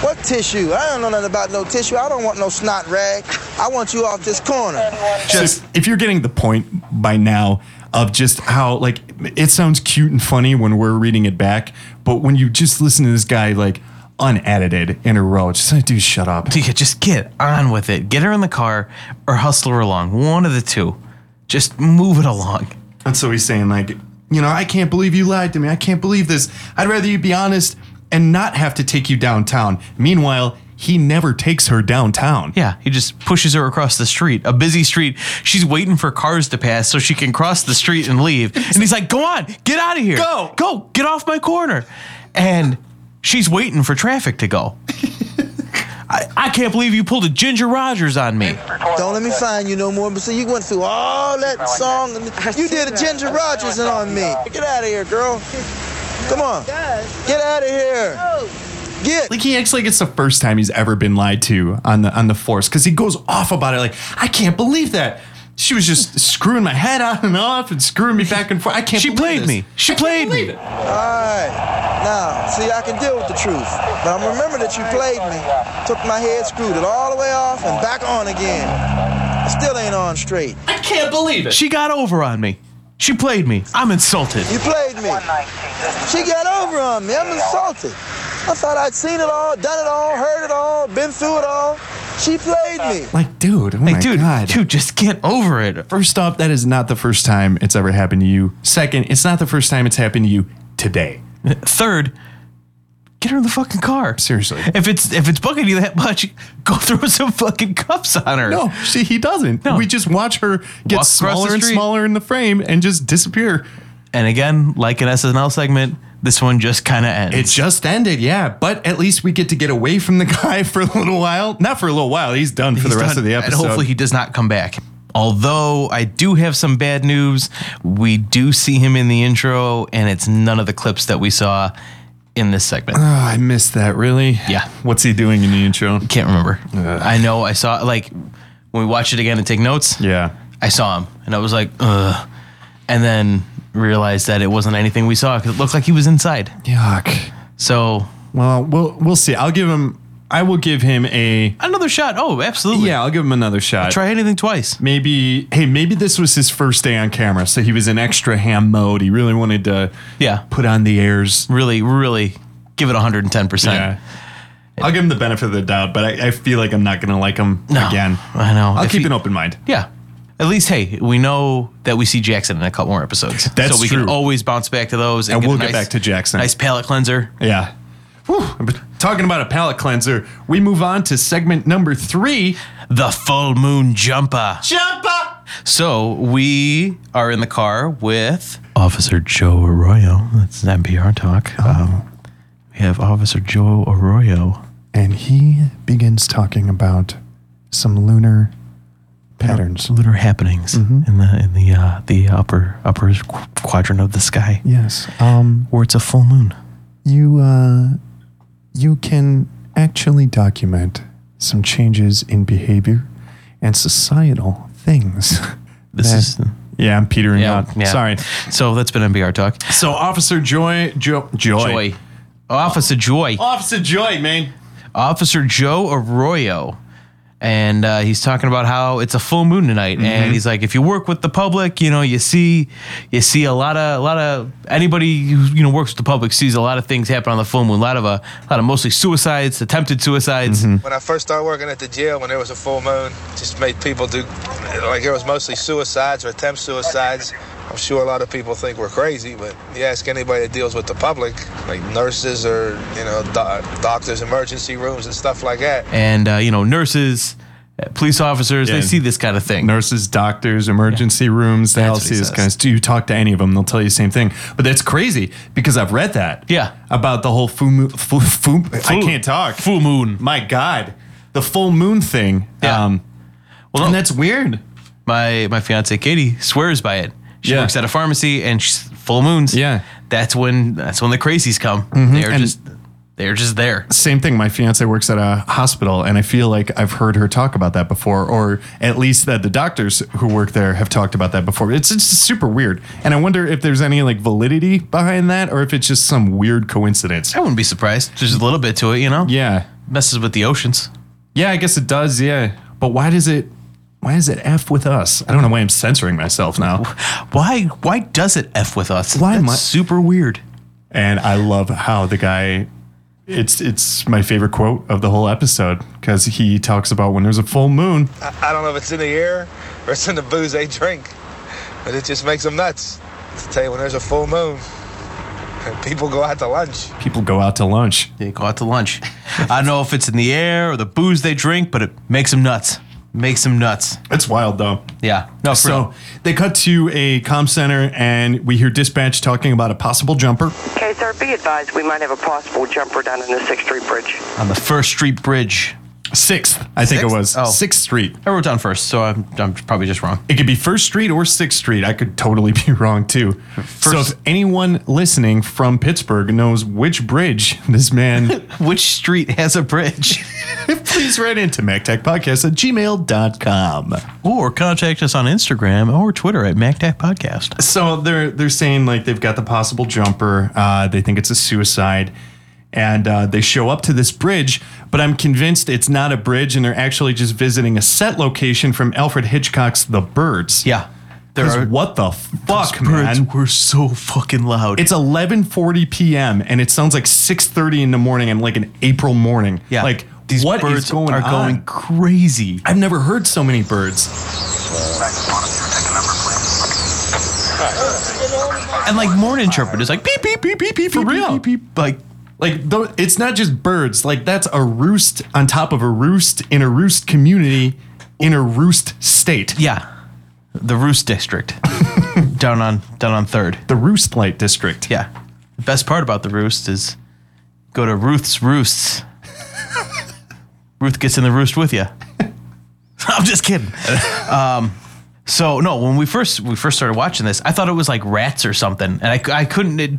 What tissue? I don't know nothing about no tissue. I don't want no snot rag. I want you off this corner.
just if you're getting the point by now of just how like it sounds cute and funny when we're reading it back, but when you just listen to this guy like unedited in a row, it's just like, dude, shut up.
Yeah, just get on with it. Get her in the car, or hustle her along. One of the two. Just move it along.
And so he's saying like, you know, I can't believe you lied to me. I can't believe this. I'd rather you be honest and not have to take you downtown. Meanwhile, he never takes her downtown.
Yeah, he just pushes her across the street, a busy street. She's waiting for cars to pass so she can cross the street and leave. And he's like, "Go on, get out of here.
Go.
go, get off my corner." And she's waiting for traffic to go. I, I can't believe you pulled a Ginger Rogers on me.
Don't let me find you no more. But see, you went through all that song. And you did a Ginger Rogers and on me. Get out of here, girl. Come on.
Yes.
Get out of here. Get.
Like he acts like it's the first time he's ever been lied to on the on the force because he goes off about it like I can't believe that she was just screwing my head on and off and screwing me back and forth. I can't.
She
believe
played
this.
me. She
I can't
played me.
believe it.
All right. Now, see, I can deal with the truth. But I'm remember that you played me, took my head, screwed it all the way off, and back on again. Still ain't on straight.
I can't believe it.
She got over on me. She played me. I'm insulted.
You played me. She got over on me. I'm insulted. I thought I'd seen it all, done it all, heard it all, been through it all. She played me.
Like, dude, oh my
Like, dude,
God.
dude, just get over it.
First off, that is not the first time it's ever happened to you. Second, it's not the first time it's happened to you today.
Third, get her in the fucking car.
Seriously.
If it's if it's bugging you that much, go throw some fucking cups on her.
No, she, he doesn't.
No.
We just watch her get
Walk across
smaller
the
and
street.
smaller in the frame and just disappear.
And again, like an SNL segment, this one just kind of ends.
It just ended, yeah. But at least we get to get away from the guy for a little while. Not for a little while. He's done for the
He's
rest
done,
of the episode.
And hopefully he does not come back. Although I do have some bad news. We do see him in the intro, and it's none of the clips that we saw in this segment.
Oh, I missed that. Really?
Yeah.
What's he doing in the intro?
Can't remember.
uh.
I know I saw like when we watched it again and take notes.
Yeah.
I saw him and I was like, ugh. And then realized that it wasn't anything we saw because it looked like he was inside.
Yuck.
So
Well, we'll we'll see. I'll give him. I will give him a.
another shot. Oh, absolutely.
Yeah, I'll give him another shot.
Try anything twice.
Maybe. Hey, maybe this was his first day on camera, so he was in extra ham mode. He really wanted to.
Yeah.
Put on the airs.
Really, really give it 110%.
I'll give him the benefit of the doubt, but I, I feel like I'm not gonna like him
No,
again.
I know.
I'll
If
keep
he-
an open mind.
Yeah. At least, hey, we know that we see Jackson in a couple more episodes.
That's
so we
true.
can always bounce back to those. And,
And
a
we'll get back to Jackson.
Nice palate cleanser.
Yeah. Whew. But Talking about a palate cleanser, we move on to segment number three.
The full moon jumper.
Jump up.
So we are in the car with Officer Joe Arroyo. That's NPR talk. Um, we have Officer Joe Arroyo.
And he begins talking about some lunar patterns.
Lunar happenings in the in the uh, the upper upper qu- quadrant of the sky
Yes. Um
where it's a full moon.
you uh you can actually document some changes in behavior and societal things.
This is
Yeah, I'm petering
yeah,
out.
yeah.
Sorry.
So that's been NPR talk.
So Officer Joy Joy
Joy, Officer Joy.
Officer Joy, man.
Officer Joe Arroyo. And uh, he's talking about how it's a full moon tonight,
Mm-hmm.
and he's like, if you work with the public, you know, you see, you see a lot of, a lot of anybody who you know works with the public sees a lot of things happen on the full moon. A lot of uh, a, lot of mostly suicides, attempted suicides.
Mm-hmm.
When I first started working at the jail, when there was a full moon, just made people do, like it was mostly suicides or attempt suicides. I'm sure a lot of people think we're crazy, but you ask anybody that deals with the public, like nurses or you know do- doctors, emergency rooms and stuff like that.
And uh, you know, nurses, uh, police officers,
Yeah.
they see this kind of thing.
Nurses, doctors, emergency rooms, they all
what he
see this
says.
kind of Do you talk to any of them? They'll tell you the same thing. But that's crazy because I've read that.
Yeah.
About the whole full moon. Full, full, I
Full-
can't talk.
full moon.
My God. The full moon thing.
Yeah.
well, and that's weird.
my my fiance Katie swears by it. She
Yeah.
works at a pharmacy and she's full moons.
Yeah. Mm-hmm.
That's when that's when the crazies come. They're
and-
just they're just there.
Same thing. My fiance works at a hospital, and I feel like I've heard her talk about that before, or at least that the doctors who work there have talked about that before. It's, it's super weird. And I wonder if there's any like validity behind that, or if it's just some weird coincidence.
I wouldn't be surprised. There's a little bit to it, you know?
Yeah.
Messes with the oceans.
Yeah, I guess it does. Yeah, but why does it? Why does it f with us? I don't know why I'm censoring myself now.
Why why does it F with us?
Why
That's
am I-
super weird.
And I love how the guy. It's it's my favorite quote of the whole episode because he talks about when there's a full moon.
I, I don't know if it's in the air or it's in the booze they drink, but it just makes them nuts. To tell you when there's a full moon, people go out to lunch.
People go out to lunch.
They go out to lunch. I don't know if it's in the air or the booze they drink, but it makes them nuts. Makes them nuts.
It's wild though.
Yeah. No, for
So they cut to a comm center and we hear dispatch talking about a possible jumper.
Okay, sir, be advised we might have a possible jumper down in the 6th Street Bridge.
real. on the First Street Bridge.
Sixth, I think
Sixth?
it was.
Oh.
Sixth Street.
I wrote down first, so I'm, I'm probably just wrong.
It could be First Street or Sixth Street. I could totally be wrong too. so
First-
if anyone listening from Pittsburgh knows which bridge this man,
Which street has a bridge?
please write into MacTechPodcast at gmail.com.
or contact us on Instagram or Twitter at MacTac Podcast.
So they're they're saying like they've got the possible jumper. Uh, they think it's a suicide, and uh, they show up to this bridge. But I'm convinced it's not a bridge, and they're actually just visiting a set location from Alfred Hitchcock's The Birds.
Yeah. There
'Cause
are
what the
those
fuck,
birds
man?
were so fucking loud.
It's 11:40 p.m. and it sounds like 6:30 in the morning and like an April morning.
yeah.
Like
these
what is
birds
going
are
on?
going crazy.
I've never heard so many birds.
And like morning interpreters like beep beep beep beep beep
For
beep,
real.
beep beep beep like
Like tho- it's not just birds. Like that's a roost on top of a roost in a roost community in a roost state.
yeah. The Roost District. down on down on 3rd.
The Roost Light District.
Yeah. The best part about the roost is go to Ruth's Roosts. Ruth gets in the roost with you. I'm just kidding. Um, so no, when we first we first started watching this, I thought it was like rats or something, and I, c- I couldn't. It,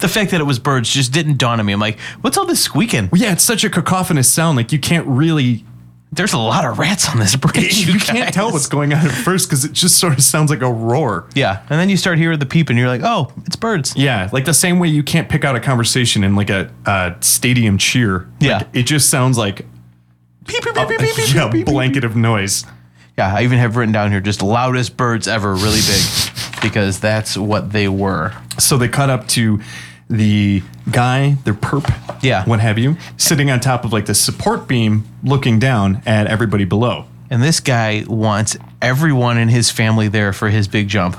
the fact that it was birds just didn't dawn on me. I'm like, what's all this squeaking?
Well, yeah, it's such a cacophonous sound. Like you can't really
There's a lot of rats on this bridge.
you, can't tell
guys.
what's going on at first because it just sort of sounds like a roar.
Yeah, and then you start hearing the peep, and you're like, oh, it's birds.
Yeah, like the same way you can't pick out a conversation in like a, a stadium cheer.
Yeah.
Like, it just sounds like
Peep, peep, peep,
a
peep, peep, peep,
yeah,
peep, peep.
blanket of noise.
Yeah, I even have written down here just loudest birds ever, really big, because that's what they were.
So they cut up to the guy, their perp,
Yeah.
what have you, sitting on top of like the support beam, looking down at everybody below.
And this guy wants everyone in his family there for his big jump.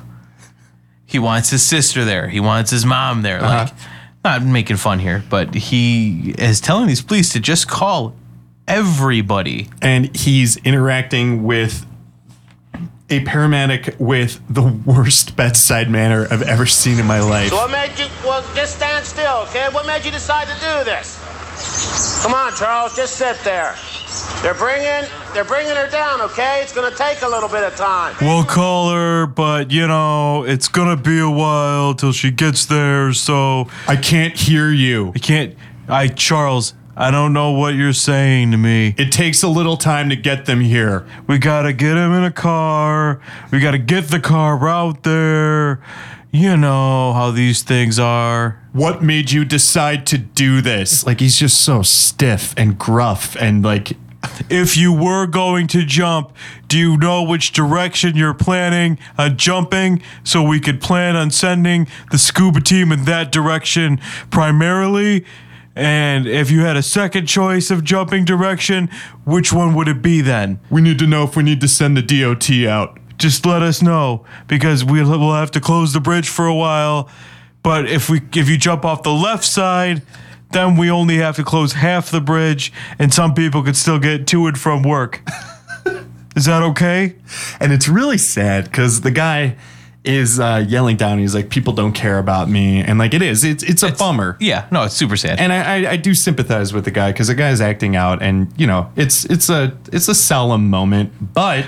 He wants his sister there. He wants his mom there. Like, not making fun here, but he is telling these police to just call everybody.
and he's interacting with a paramedic with the worst bedside manner I've ever seen in my life.
So what made you, well, just stand still, okay? What made you decide to do this? Come on, Charles, just sit there. They're bringing, they're bringing her down, okay? It's gonna take a little bit of time.
We'll call her, but you know, it's gonna be a while till she gets there, so
I can't hear you.
I can't. I, Charles, I don't know what you're saying to me.
It takes a little time to get them here.
We gotta get him in a car. We gotta get the car out there. You know how these things are.
What made you decide to do this? Like he's just so stiff and gruff and like
If you were going to jump, do you know which direction you're planning on jumping so we could plan on sending the scuba team in that direction primarily? And if you had a second choice of jumping direction, which one would it be then?
we need to know if we need to send the DOT out.
just let us know because we'll, we'll have to close the bridge for a while. But if we if you jump off the left side, then we only have to close half the bridge, and some people could still get to and from work. Is that okay?
And it's really sad because the guy is uh, yelling down. He's like, "People don't care about me," and like it is. It's it's a bummer.
Yeah, no, it's super sad.
and I, I, I do sympathize with the guy because the guy's acting out, and you know it's it's a it's a solemn moment, but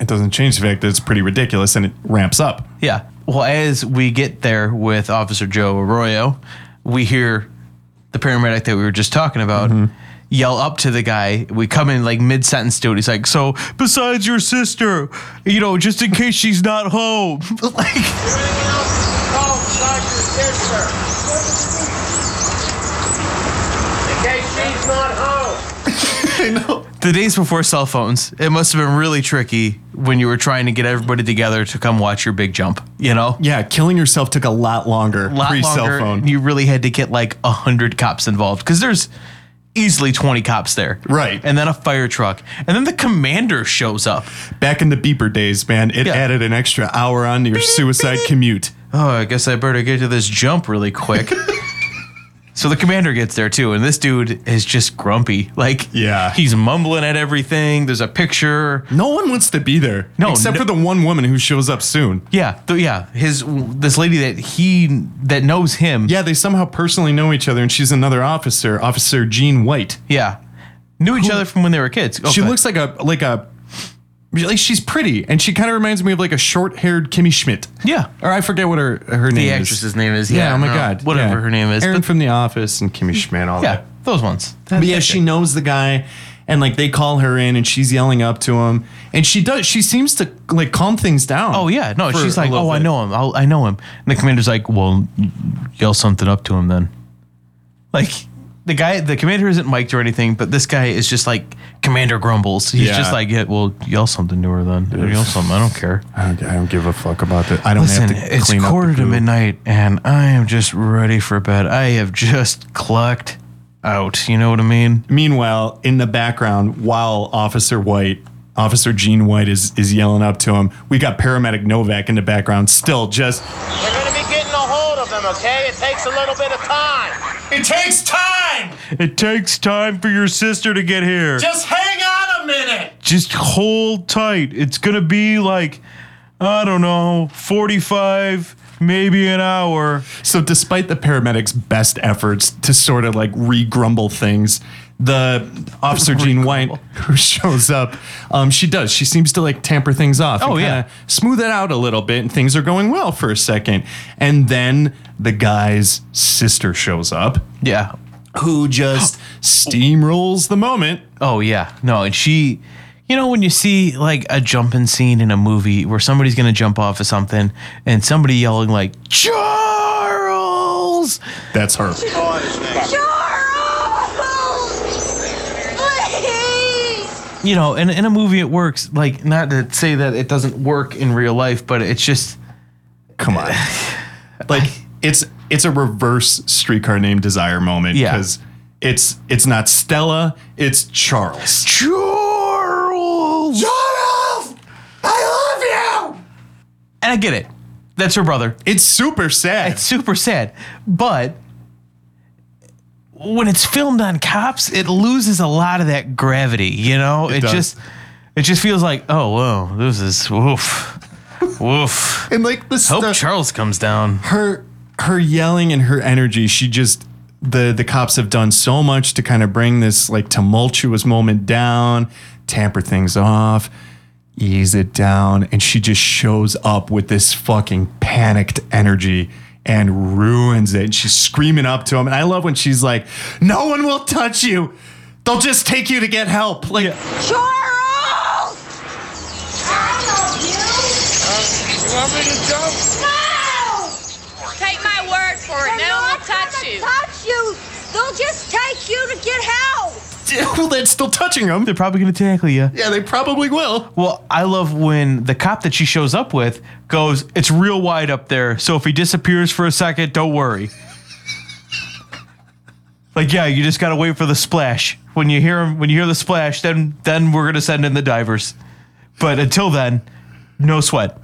it doesn't change the fact that it's pretty ridiculous and it ramps up.
yeah. Well, as we get there with Officer Joe Arroyo, we hear the paramedic that we were just talking about yell up to the guy. We come in like mid sentence to it. He's like, "So, besides your sister, you know, just in case she's not home, like."
Call Sergeant Spencer. In case she's not home.
the days before cell phones, it must have been really tricky when you were trying to get everybody together to come watch your big jump. You know,
Yeah, killing yourself took a lot longer
lot
pre cell
longer,
phone.
and You really had to get like a hundred cops involved because there's easily twenty cops there,
Right.
And then a fire truck, and then the commander shows up.
Back in the beeper days, man, it
Yeah.
added an extra hour onto your suicide commute.
Oh, I guess I better get to this jump really quick. so the commander gets there too, and this dude is just grumpy. Like,
Yeah.
he's mumbling at everything. There's a picture.
No one wants to be there.
No,
except
no-
for the one woman who shows up soon.
Yeah, th- yeah. His this lady that he that knows him.
Yeah, they somehow personally know each other, and she's another officer, Officer Gene White.
Yeah. Knew each other from when they were kids.
She
Okay.
looks like a like a like she's pretty, and she kind of reminds me of like a short-haired Kimmy Schmidt.
Yeah.
or I forget what her her name
The
is.
actress's name is.
Yeah,
Yeah.
oh my
no,
god,
Whatever
yeah.
her name is.
Erin
But,
from The Office and Kimmy Schmidt, all
yeah,
that.
those ones.
But yeah, she knows the guy, and like they call her in, and she's yelling up to him, and she does. She seems to like calm things down.
Oh yeah, no.
for
She's
a
like,
little
oh, I
bit.
know him. I'll, I know him. And the commander's like, well, yell something up to him then. Like the guy, the commander isn't mic'd or anything, but this guy is just like Commander Grumbles. He's
Yeah.
just like, yeah, well, yell something to her then. Or yell something. I don't care.
I don't, I don't give a fuck about that. I don't
Listen,
have to
it's
clean up the
quarter to
poop.
midnight, and I am just ready for bed. I have just clocked out. You know what I mean?
Mm. Meanwhile, in the background, while Officer White, Officer Gene White is is yelling up to him, we got paramedic Novak in the background, still just.
We're going to be getting a hold of them, okay? It takes a little bit of time.
It takes time.
It takes time for your sister to get here.
Just hang on a minute.
just hold tight. It's gonna be like, I don't know, 45, maybe an hour.
So, despite the paramedics' best efforts to sort of like re-grumble things, the officer Gene White who shows up, um, she does. She seems to like tamper things off.
Oh,
and
yeah.
kinda smooth it out a little bit, and things are going well for a second. And then the guy's sister shows up,
Yeah.
who just steamrolls the moment.
Oh yeah. No, and she you know when you see like a jumping scene in a movie where somebody's gonna jump off of something and somebody yelling like Charles
That's her.
Please!
you know, and in a movie it works. Like not to say that it doesn't work in real life, but it's just
Come on, like it's it's a reverse streetcar named Desire moment
Yeah.
because it's it's not Stella, it's Charles.
Charles
I love you.
And I get it. That's her brother.
It's super sad.
It's super sad. But when it's filmed on cops, it loses a lot of that gravity, you know? It,
does.
just it just feels like, oh whoa, this is woof. woof.
and like the
Hope
stuff,
Charles comes down.
her her yelling and her energy, she just the the cops have done so much to kind of bring this like tumultuous moment down, tamper things off, ease it down, and she just shows up with this fucking panicked energy. And ruins it. And she's screaming up to him. And I love when she's like, No one will touch you. They'll just take you to get help. Like,
Charles!
You want me to jump?
Take my word for it. No one will touch you.
touch you! They'll just take you to get help!
well, that's still touching him.
They're probably gonna tackle you.
Yeah, they probably will.
Well, I love when the cop that she shows up with goes, it's real wide up there. So if he disappears for a second, don't worry. like, yeah, you just gotta wait for the splash. When you hear him, when you hear the splash, then then we're gonna send in the divers. But until then, no sweat.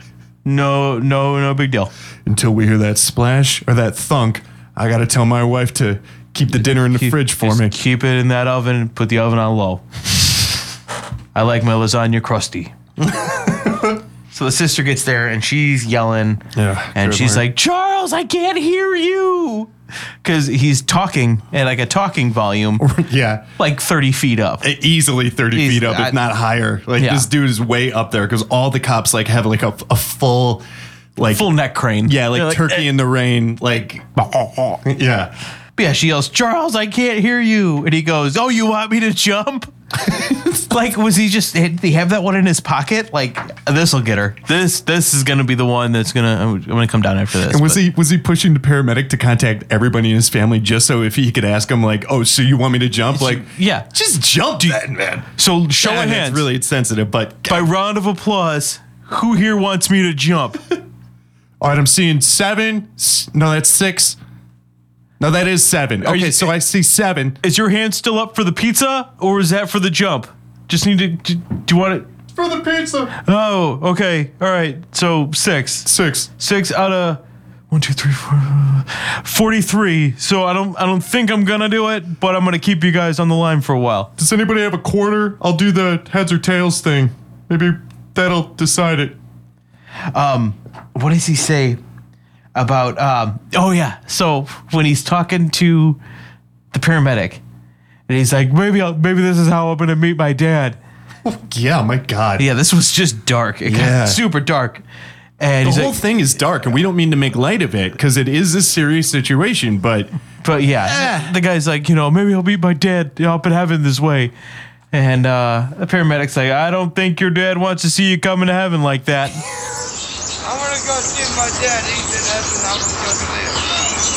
No, no, no big deal.
until we hear that splash or that thunk, I gotta tell my wife to keep the dinner in the fridge for
Just
me.
Keep it in that oven, put the oven on low. I like my lasagna crusty. so the sister gets there and she's yelling.
Yeah,
And
good
she's
Lord.
like, Charles, I can't hear you. Because he's talking at like a talking volume,
yeah,
like 30 feet up.
easily thirty
He's-
feet up,
I-
if not higher. Like
Yeah.
this dude is way up there because all the cops like have like a, a full, like
Full neck crane.
yeah, like,
They're "Eh."
turkey in the rain, like yeah.
Yeah, she yells, Charles, I can't hear you. And he goes, Oh, you want me to jump? like, was he just, did he have that one in his pocket? Like, this'll get her. This, this is going to be the one that's going to, I'm going to come down after this.
And was
but-
he was he pushing the paramedic to contact everybody in his family just so if he could ask him like, oh, so you want me to jump? Like,
yeah.
just jump, then, man.
So show
Yeah,
of
it's
hands.
really sensitive, but
By round of applause, who here wants me to jump?
All right, I'm seeing seven. S- No, that's six. No, that is seven.
Are
Okay,
you-
so I see seven.
is your hand still up for the pizza or is that for the jump? Just need to, do, do you want it?
For the pizza.
Oh, okay. All right. So six.
Six.
six out of one, two, three, four, uh, 43. So I don't, I don't think I'm gonna do it, but I'm gonna keep you guys on the line for a while.
Does anybody have a quarter? I'll do the heads or tails thing. Maybe that'll decide it.
What does he say about? uh, Um, oh yeah. So when he's talking to the paramedic, and And he's like, maybe I'll, maybe this is how I'm gonna meet my dad.
yeah, my God.
Yeah, this was just dark. It
Yeah.
got super dark. And
the
he's
whole
like,
thing is dark, and we don't mean to make light of it because it is a serious situation. But
but yeah, the guy's like, you know, maybe I'll meet my dad up in heaven this way. And uh, the paramedic's like, I don't think your dad wants to see you coming to heaven like that.
I'm gonna go see my dad. He's in heaven. I'm gonna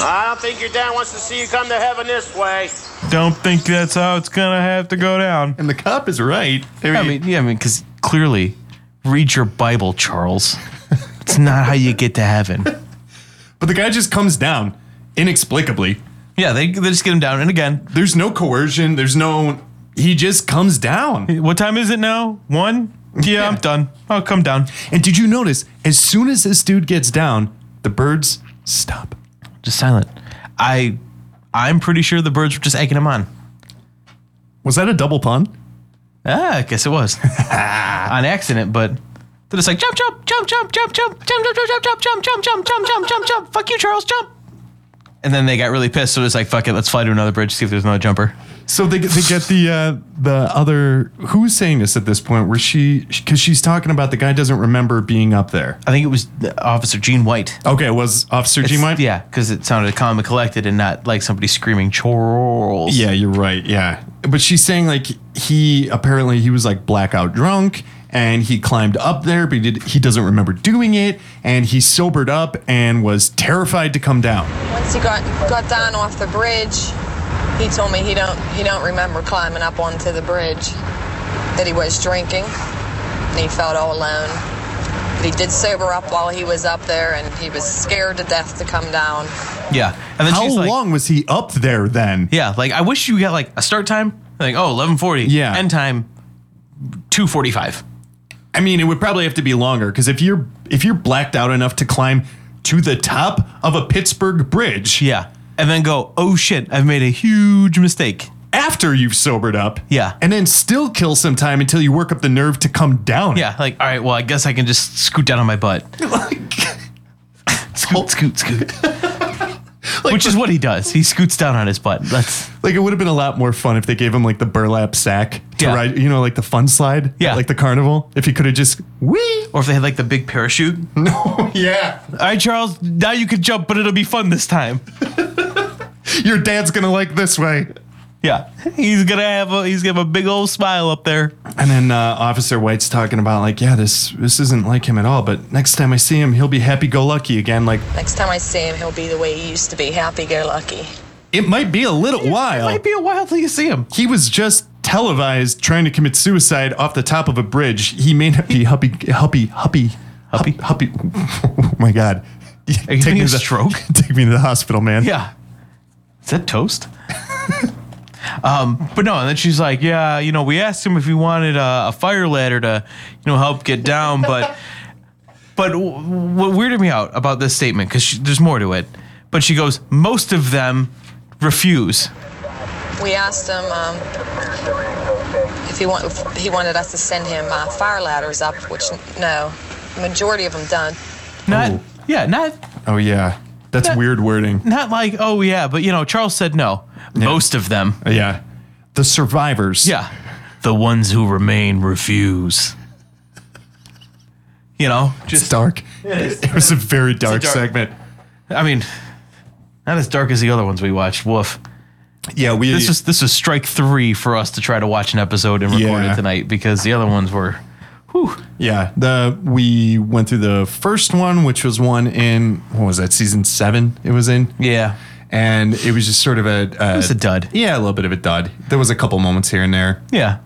I don't think your dad wants to see you come to heaven this way.
don't think that's how it's gonna have to go down.
And the cop is right. I mean,
I mean yeah, I mean, because clearly, read your Bible, Charles. it's not how you get to heaven.
but the guy just comes down inexplicably.
Yeah, they they just get him down, and again,
there's no coercion. There's no. He just comes down.
What time is it now? One. Yeah, I'm done. I'll come down.
And did you notice? As soon as this dude gets down, the birds stop.
Just silent. I, I'm pretty sure the birds were just egging him on.
Was that a double pun?
Ah, I guess it was on accident, but they're just like jump, jump, jump, jump, jump, jump, jump, jump, jump, jump, jump, jump, jump, jump, jump, jump, jump, jump. Fuck you, Charles, jump. And then they got really pissed, so it's like, fuck it, let's fly to another bridge, see if there's another jumper.
So they get they get the uh, the other who's saying this at this point? Where she because she's talking about the guy doesn't remember being up there.
I think it was Officer Gene White.
Okay, it was Officer Gene White.
Yeah, because it sounded calm and collected and not like somebody screaming Charles.
Yeah, you're right. Yeah, but she's saying like he apparently he was like blackout drunk and he climbed up there, but he, did, he doesn't remember doing it, and he sobered up and was terrified to come down.
Once he got got down off the bridge, he told me he don't he don't remember climbing up onto the bridge. That he was drinking, and he felt all alone. But he did sober up while he was up there, and he was scared to death to come down.
Yeah. And then
How
she's like,
long was he up there then?
Yeah, like I wish you got like a start time, like oh 11:40. Yeah. End time 2:45.
I mean, it would probably have to be longer because if you're if you're blacked out enough to climb to the top of a Pittsburgh bridge,
yeah, and then go, oh shit, I've made a huge mistake.
After you've sobered up,
yeah,
and then still kill some time until you work up the nerve to come down.
Yeah, like all right, well I guess I can just scoot down on my butt. scoot, scoot, scoot. Which is what he does. He scoots down on his butt. That's
Like it would have been a lot more fun if they gave him like the burlap sack to
Yeah.
ride, you know, like the fun slide, yeah, like the carnival. If he could have just wee,
or if they had like the big parachute.
No, yeah.
All right, Charles, now you can jump, but it'll be fun this time.
Your dad's gonna like this way.
Yeah, he's gonna have a he's gonna have a big old smile up there.
And then uh, Officer White's talking about like, yeah, this this isn't like him at all. But next time I see him, he'll be happy go lucky again. Like
Next time I see him, he'll be the way he used to be, happy-go-lucky.
it might be a little while. It might
be a while till you see him.
He was just televised trying to commit suicide off the top of a bridge. He may not be happy, happy, happy, happy, happy. Oh my god!
Are you having a
to the,
stroke?
Take me to the hospital, man.
Yeah. Is that toast? um, but no, and then she's like, yeah, you know, we asked him if he wanted a, a fire ladder to, you know, help get down, but but w- what weirded me out about this statement because there's more to it. But she goes, most of them refuse.
We asked him um, if he want if he wanted us to send him uh, fire ladders up, which no, majority of them don't.
Not yeah, not
Oh yeah, that's weird wording.
not like oh yeah, but you know, Charles said no. Most of them.
Yeah, the survivors.
Yeah, the ones who remain refuse. You know,
just dark. It was a very dark, segment.
I mean, not as dark as the other ones we watched. Woof.
Yeah, we.
This was this was strike three for us to try to watch an episode and record
Yeah.
it tonight because the other ones were.
Yeah, the we went through the first one, which was one in what was that season seven? It was in.
Yeah,
and it was just sort of a. a it
was a dud.
Yeah, a little bit of a dud. There was a couple moments here and there.
Yeah,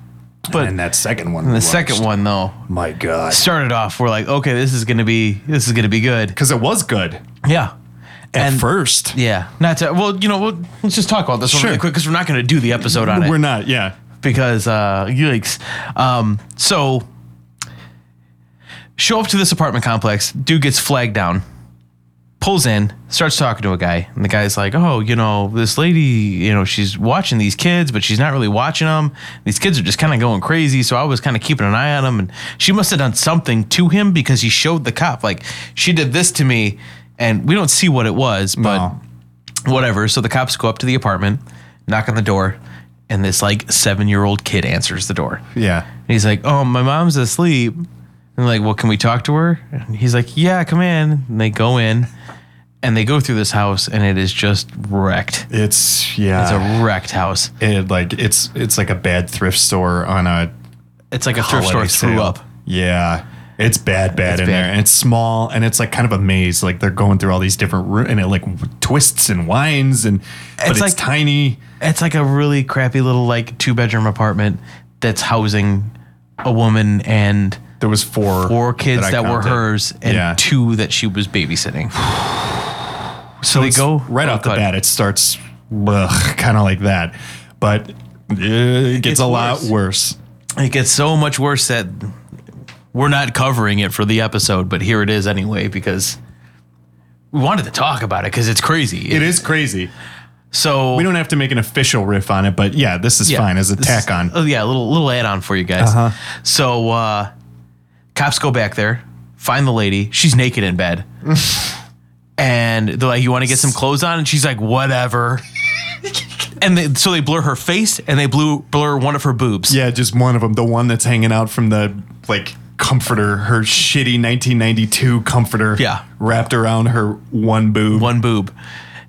but
and that second one.
And
we
the
watched,
second one though
My God.
started off. We're like, okay, this is gonna be this is gonna be good
because it was good.
Yeah.
At first.
Yeah. Not to, well, you know, we'll, let's just talk about this one
Sure.
really quick because we're not going to do the episode on it.
We're not, yeah.
Because, uh, yikes. Um, so, show up to this apartment complex. Dude gets flagged down, pulls in, starts talking to a guy. And the guy's like, oh, you know, this lady, you know, she's watching these kids, but she's not really watching them. These kids are just kind of going crazy. So I was kind of keeping an eye on them. And she must have done something to him because he showed the cop, like, she did this to me. And we don't see what it was, but whatever. So the cops go up to the apartment, knock on the door, and this like seven year old kid answers the door.
Yeah.
And he's like, "Oh, my mom's asleep." And like, "Well, can we talk to her?" And he's like, "Yeah, come in." And they go in, and they go through this house, and it is just wrecked.
It's yeah.
It's a wrecked house.
It like it's it's like a bad thrift store on a.
It's like a thrift
holiday
store threw
sale.
up.
Yeah. It's bad, bad
It's
in
bad.
there, and it's small, and it's like kind of a maze. Like they're going through all these different rooms, and it like twists and winds, and but it's,
like
tiny.
It's like a really crappy little like two bedroom apartment that's housing a woman and
there was four
four kids
that
that,
I
were
counted.
hers and
Yeah.
two that she was babysitting. so they
it's-
go
right
oh,
off the
God.
bat. It starts kind of like that, but uh, it gets
gets
a lot
worse.
worse.
It gets so much worse that we're not covering it for the episode, but here it is anyway because we wanted to talk about it because it's crazy.
It is crazy.
So
we don't have to make an official riff on it, but yeah, this is
Yeah.
fine as a
This
tack on.
Oh yeah, a little little add on for you guys.
Uh-huh.
So uh, cops go back there, find the lady. She's naked in bed, and they're like, "You want to get some clothes on?" And she's like, "Whatever." and they, so they blur her face and they blew, blur one of her boobs.
Yeah, just one of them, the one that's hanging out from the like comforter, her shitty 1992 comforter.
Yeah.
wrapped around her one boob.
One boob.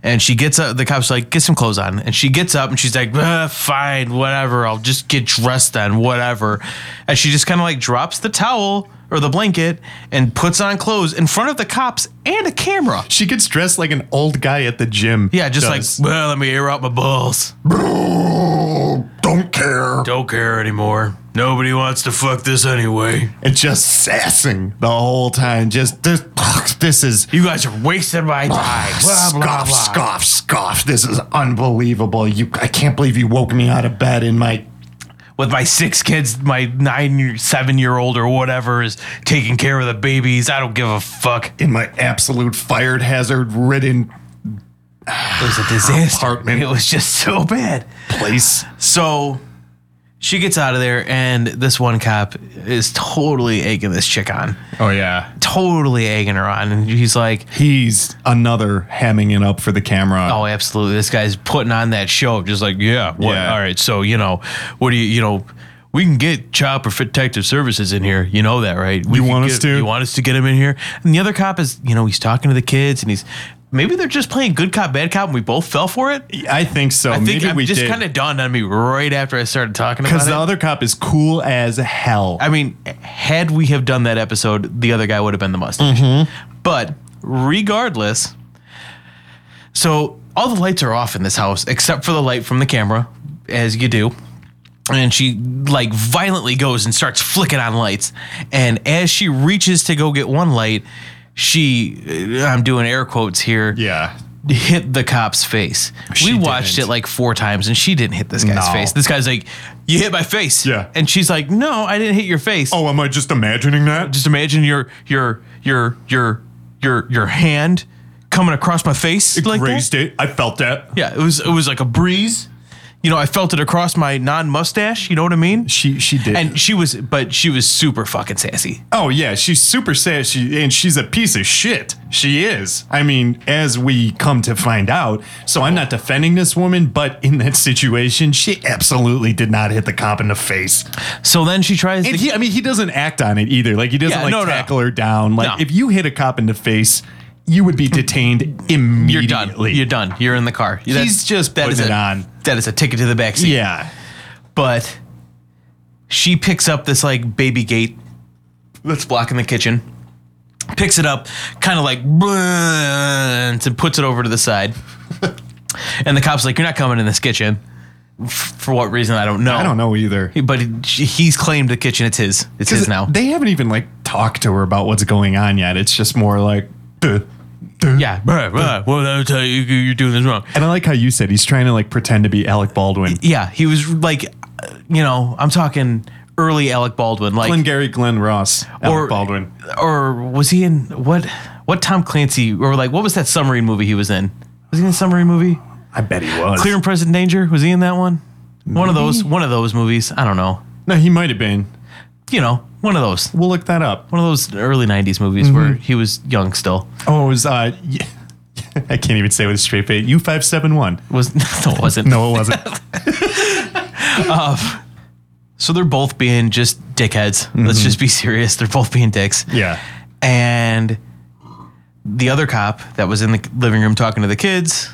And she gets up. The cops like get some clothes on, and she gets up and she's like, "Uh, "Fine, whatever. I'll just get dressed then, whatever." And she just kind of like drops the towel or the blanket and puts on clothes in front of the cops and a camera.
She gets dressed like an old guy at the gym.
Yeah, just
does.
like, well, let me air out my balls.
Don't care.
Don't care anymore. Nobody wants to fuck this anyway.
and just sassing the whole time. Just this, this is
You guys are wasting my time. Blah, blah,
Ah, scoff,
blah.
scoff, scoff. This is unbelievable. You, I can't believe you woke me out of bed in my.
With my six kids, my nine, year- seven year old or whatever is taking care of the babies. I don't give a fuck.
in my absolute fired hazard ridden
It was a disaster.
Apartment.
It was just so bad.
place.
So she gets out of there, and this one cop is totally egging this chick on.
Oh yeah,
Totally egging her on. And he's like,
he's another hamming it up for the camera.
Oh, absolutely. This guy's putting on that show. Just like, yeah, what?
Yeah.
All right. So, you know, what do you, you know, we can get child protective services in here. You know that, right? We
You
can
want
get-
us to?
You want us to get him in here? And the other cop is, you know, he's talking to the kids and he's, maybe they're just playing good cop, bad cop, and we both fell for it.
I think so.
I think
Maybe
it
we
just
did
kind of dawned on me right after I started talking about
because
it.
the other cop is cool as hell.
I mean, had we have done that episode, the other guy would have been the mustache.
Mm-hmm.
But regardless, so all the lights are off in this house except for the light from the camera, as you do. And she like violently goes and starts flicking on lights. And as she reaches to go get one light, she uh, I'm doing air quotes here.
yeah,
Hit the cop's face.
She
we watched
didn't.
it like four times and she didn't hit this guy's
No.
face. This guy's like, You hit my face.
Yeah.
And she's like, No, I didn't hit your face
Oh, am I just imagining that?
just imagine your your your your your your hand coming across my face
It
like
grazed
that.
it. I felt that.
Yeah, it was it was like a breeze. You know, I felt it across my non-mustache. You know what I mean?
She she did.
And she was, but she was super fucking sassy.
oh yeah, she's super sassy and she's a piece of shit. She is. I mean, as we come to find out. So I'm not defending this woman, but in that situation, she absolutely did not hit the cop in the face.
So then she tries.
And
to,
he, I mean, he doesn't act on it either. Like he doesn't
Yeah,
like
no, no.
tackle her down. Like
No.
if you hit a cop in the face, you would be detained immediately.
you're done. You're done. You're in the car. He's
just
that is
putting
a,
it on.
That is a ticket to the backseat.
Yeah,
But she picks up this like baby gate that's blocking the kitchen, picks it up, kind of like blunts and puts it over to the side. and the cop's like, "You're not coming in this kitchen." F- For what reason? I don't know.
I don't know either.
But he- he's claimed the kitchen. It's his. It's his now.
They haven't even like talked to her about what's going on yet. It's just more like. Duh.
yeah. Bruh, bruh, well, I'll tell you, you- you're doing this wrong.
And I like how you said he's trying to like pretend to be Alec Baldwin.
Yeah, he was like, uh, you know, I'm talking early Alec Baldwin, like
Glenn Gary, Glenn Ross, Alec
Or-
Baldwin.
or was he in what what Tom Clancy or like what was that submarine movie he was in? Was he in a submarine movie?
I bet he was.
Clear and Present Danger? Was he in that one? One of those one of those movies. I don't know.
No, he might have been.
You know, one of those.
We'll look that up.
One of those early '90s movies where he was young still.
Oh, it was. Uh, yeah. I can't even say with a straight face. U five seven one.
Was no, it wasn't.
No, it wasn't.
Um, so they're both being just dickheads. Let's
Mhm.
just be serious. They're both being dicks.
Yeah.
And the other cop that was in the living room talking to the kids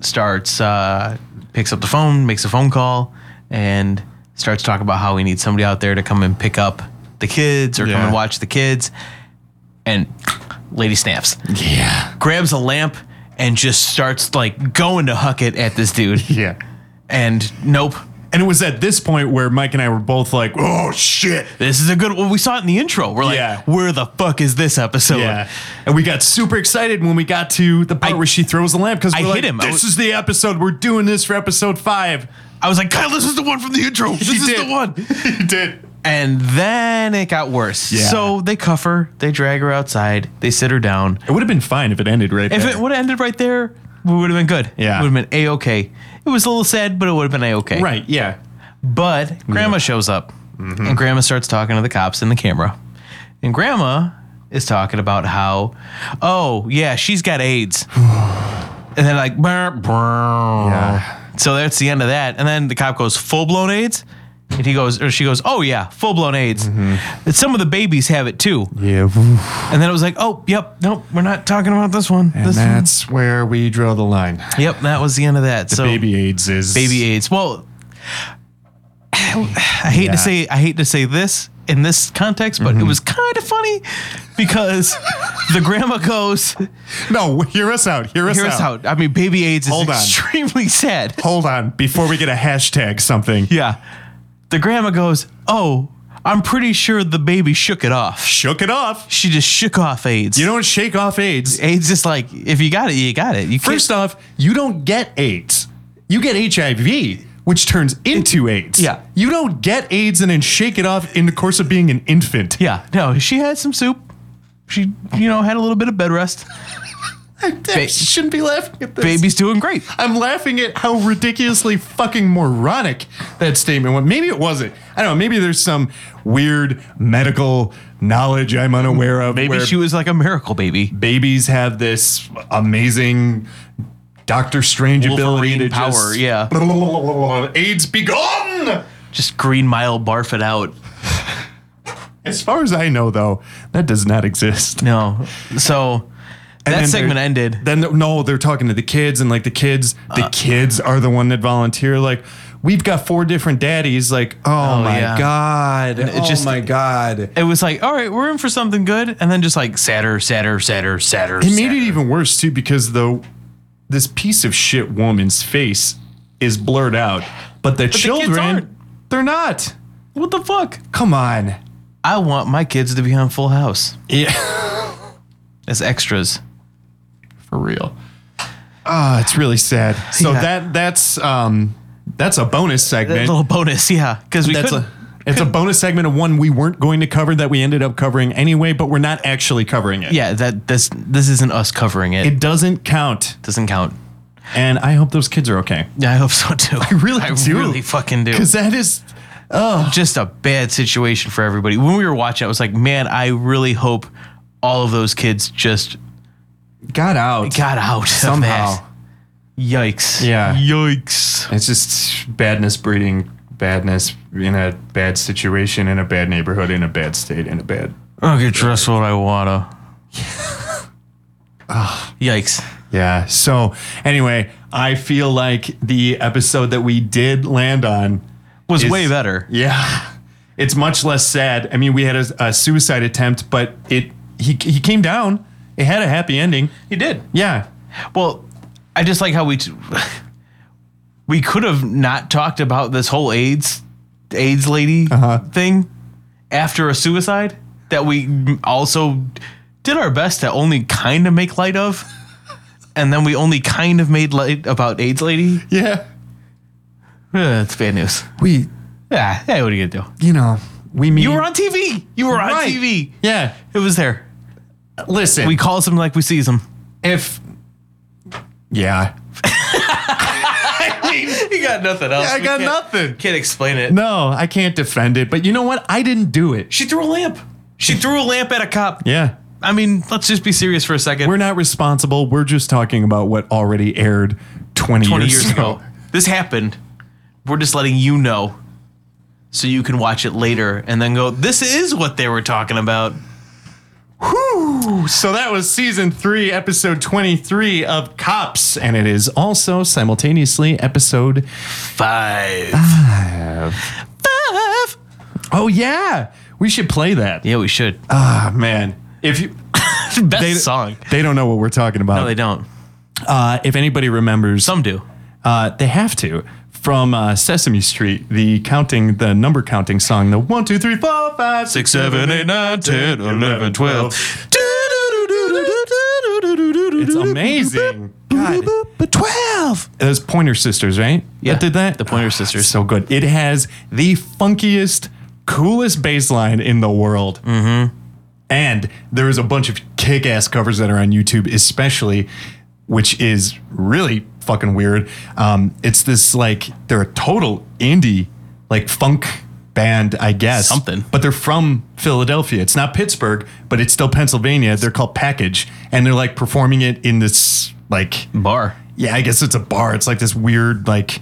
starts, uh, picks up the phone, makes a phone call, and starts talking about how we need somebody out there to come and pick up the kids or come
Yeah.
and watch the kids. And lady snaps. Yeah. Grabs a lamp and just starts like going to huck it at this dude.
Yeah.
And nope.
And it was at this point where Mike and I were both like, oh, shit.
This is a good one. We saw it in the intro. We're like, where the fuck is this episode?
Yeah. And we got super excited when we got to the part where she throws the lamp because
I
we're
hit
like,
him. I
This
was-
is the episode. We're doing this for episode five.
I was like, Kyle, this is the one from the intro. This is the one.
he did.
And then it got worse.
Yeah.
So they cuff her, they drag her outside, they sit her down.
It would have been fine if it ended right
If
there.
it would have ended right there, we would have been good.
Yeah.
It would have been A OK. It was a little sad, but it would have been A OK.
Right, yeah.
But Grandma shows up
Mm-hmm.
and Grandma starts talking to the cops and the camera. And Grandma is talking about how, oh, yeah, she's got AIDS. and they're like, brr, brr. so that's the end of that. And then the cop goes, full blown AIDS? And he goes, or she goes, oh, yeah, full blown AIDS. And Some of the babies have it too.
Mm-hmm. Yeah.
And then it was like, oh, yep, nope, we're not talking about this one.
And
this one.
that's where we draw the line.
Yep, that was the end of that.
The
so
baby AIDS is
baby AIDS. Well, I hate
Yeah. Mm-hmm.
to say I hate to say this in this context, but it was kind of funny because the grandma goes,
No, hear us out. Hear us
Hear
out.
us out. I mean, baby AIDS is
Hold on.
extremely sad.
Hold on. Before we get a hashtag something.
Yeah. The grandma goes, "Oh, I'm pretty sure the baby shook it off.
Shook it off.
She just shook off AIDS.
You don't shake off AIDS.
AIDS is like if you got it, you got it. You can't-
First off, you don't get AIDS. You get HIV, which turns into AIDS.
Yeah.
You don't get AIDS and then shake it off in the course of being an infant.
Yeah, no, she had some soup. She, you know, had a little bit of bed rest.
I shouldn't be laughing at this.
Baby's doing great.
I'm laughing at how ridiculously fucking moronic that statement was. Maybe it wasn't. I don't know. Maybe there's some weird medical knowledge I'm unaware of.
Maybe
where
she was like a miracle baby.
babies have this amazing Doctor Strange ability to
Wolverine power,
just-
yeah.
Blah, blah, blah, blah, blah, blah. AIDS be gone.
Just Green Mile barf it out.
As far as I know, though, that does not exist.
No. So that
then
segment
they're-
ended. Uh.
Then they're- no, they're talking to the kids, and like the kids, the kids are the one that volunteer. Like we've got four different daddies. Like oh,
Oh,
my
yeah.
god,
it
oh
just-
my god.
It was like, all right, we're in for something good, and then just like sadder, sadder, sadder, sadder.
It made
sadder.
it even worse too because though this piece of shit woman's face is blurred out, but the
kids
children,
aren't.
they're not.
What the fuck?
Come on.
I want my kids to be on Full House
Yeah,
as extras.
for real. Ah, it's really sad. So
Yeah.
that that's um that's a bonus
That
segment.
little bonus, yeah, because we
that's
could.
a it's a bonus segment of one we weren't going to cover that we ended up covering anyway, but we're not actually covering it.
Yeah, that this this isn't us covering it.
It doesn't count.
doesn't count.
And I hope those kids are okay.
Yeah, I hope so too. I
really
I
do.
really fucking do.
Because that is
just a bad situation for everybody. When we were watching, I was like, man, I really hope all of those kids just
got out.
got out of
Somehow.
that. Yikes.
Yeah.
Yikes.
It's just badness breeding badness in a bad situation, in a bad neighborhood, in a bad state, in a bad.
I'll get dressed what I wanna. Yikes.
Yeah. So, anyway, I feel like the episode that we did land on
Was
is-
way better.
Yeah. It's much less sad. I mean, we had a, a suicide attempt, but it he, he came down. It had a happy ending.
You did.
Yeah.
Well, I just like how we t- we could have not talked about this whole AIDS AIDS lady thing after a suicide that we also did our best to only kind of make light of, and then we only kind of made light about AIDS lady.
Yeah.
Uh, it's bad news.
We,
Yeah, hey, what are you gonna do?
you know, we mean.
You were on TV. You were on
Right.
TV.
Yeah.
It was there.
Listen.
We calls them like we sees them.
if. Yeah.
you got nothing else.
I
We
got
can't-
nothing.
Can't explain it.
No, I can't defend it. But you know what? I didn't do it.
She threw a lamp. She threw a lamp at a cop.
Yeah.
I mean, let's just be serious for a 2nd
We're not responsible. We're just talking about what already aired 20,
20 years ago. This happened. we're just letting you know so you can watch it later and then go, this is what they were talking about.
Whew. So that was season three, episode 23 of Cops. And it is also simultaneously episode
five.
Five. Oh, yeah. We should play that.
Yeah, we should.
Ah, man. If you.
Best song.
They don't know what we're talking about.
No, they don't.
Uh, if anybody remembers,
some do.
Uh, they have to. From uh, Sesame Street, the counting, the number counting song, the one, two, three, four, five,
Six, seven, eight, nine, ten, eleven, twelve.
It's amazing. God.
But 12.
Those Pointer Sisters, right?
Yeah,
That did that?
the Pointer Sisters.
So good. It has the funkiest, coolest bass line in the world.
Mm-hmm.
And there is a bunch of kick ass covers that are on YouTube, especially, which is really fucking weird. Um, it's this like, they're a total indie, like funk band, I guess.
Something.
But they're from Philadelphia. It's not Pittsburgh, but it's still Pennsylvania. They're called Package. And they're like performing it in this, like,
Bar.
yeah, I guess it's a bar. It's like this weird, like,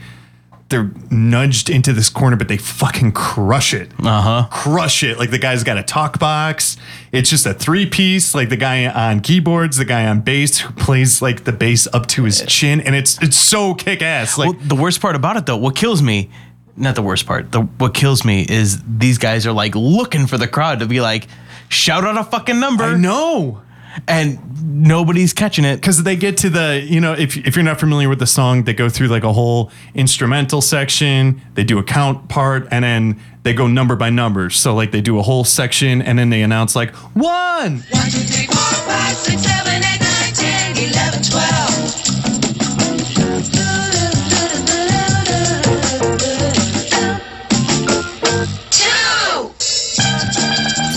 they're nudged into this corner, but they fucking crush it
Uh huh.
crush it. Like the guy's got a talk box. It's just a three piece. Like the guy on keyboards, the guy on bass who plays like the bass up to his chin, and it's it's so kick ass. Like
well, the worst part about it though, what kills me, not the worst part, the what kills me is these guys are like looking for the crowd to be like, shout out a fucking number,
I know.
and nobody's catching it.
Because they get to the, you know, if, if you're not familiar with the song, they go through like a whole instrumental section, they do a count part, and then they go number by number. So, like, they do a whole section, and then they announce, like, one,
One, two, three, four, five, six, seven, eight, nine, ten, eleven, twelve. Two.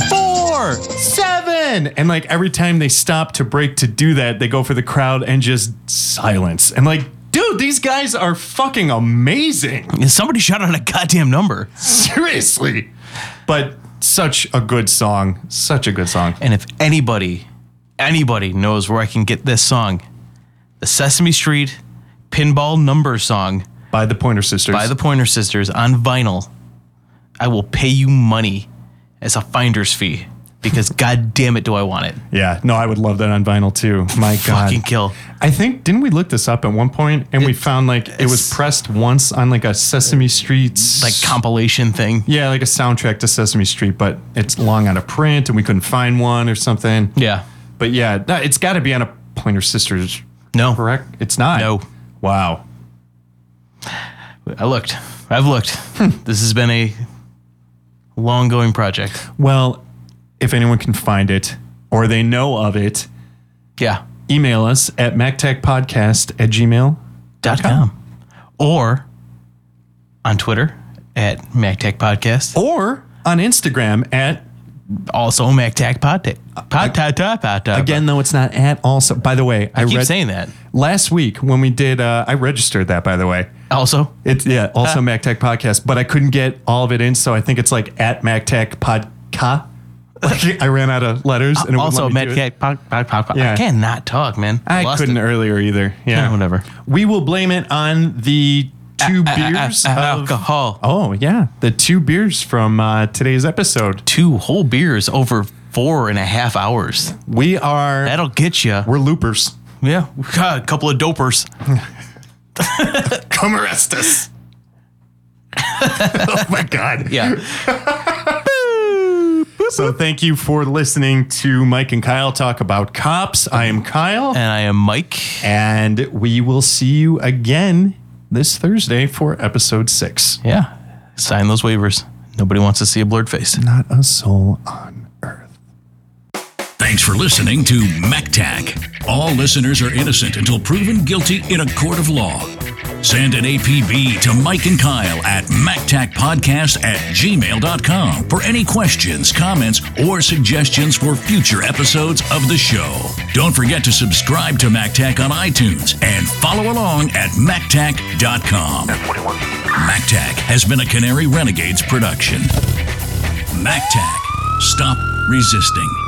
four, seven. And like every time they stop to break to do that, they go for the crowd and just silence. And like, dude, these guys are fucking amazing.
Somebody shout out a goddamn number.
Seriously. But such a good song. Such a good song.
And if anybody, anybody knows where I can get this song, the Sesame Street pinball number song
By the Pointer Sisters.
by the Pointer Sisters on vinyl, I will pay you money as a finder's fee because god damn it do I want it.
Yeah. No, I would love that on vinyl too. My God.
Fucking kill.
I think didn't we look this up at one point and we
It's-
found like it was
it's-
pressed once on like a Sesame Street
Mm, Like compilation thing.
yeah, like a soundtrack to Sesame Street, but it's long out of print and we couldn't find one or something.
Yeah.
But yeah, no, it's got to be on a Pointer Sisters,
No.
correct? It's not.
No.
Wow.
I looked. I've looked.
Hmm.
this has been a long going project.
Well, if anyone can find it or they know of it,
Yeah.
email us at mactechpodcast at gmail.
Dot com. Or on Twitter at MacTech Podcast.
Or on Instagram at,
Also MacTech Podtech. Podtech.
again, though it's not at also. By the way, I,
I keep
read
saying that.
last week when we did, uh, I registered that, by the way.
Also,
It's yeah,
Ah.
also Mac Tech Podcast, but I couldn't get all of it in, so I think it's like at Mac Tech Podca. Like, I ran out of letters, and it wouldn't
also
let me do it.
MacTech Pod, pod, pod, pod.
Yeah.
I cannot talk, man.
I
lost
couldn't
it.
earlier either. Yeah,
Eh, whatever.
We will blame it on the two beers.
Ah, ah,
of-
alcohol.
Oh yeah, the two beers from uh, today's episode.
Two whole beers over four and a half hours.
We are
That'll get you.
we're loopers.
Yeah. God, a couple of dopers.
Come arrest us. oh my god.
Yeah.
So thank you for listening to Mike and Kyle talk about cops. I am Kyle.
and I am Mike.
And we will see you again this Thursday for episode six.
Yeah. Sign those waivers. Nobody wants to see a blurred face.
Not a soul on earth.
Thanks for listening to MacTac. All listeners are innocent until proven guilty in a court of law. Send an APB to Mike and Kyle at MacTacPodcast at gmail.com for any questions, comments, or suggestions for future episodes of the show. Don't forget to subscribe to MacTac on iTunes and follow along at MacTac.com. MacTac has been a Canary Renegades production. MacTac. Stop resisting.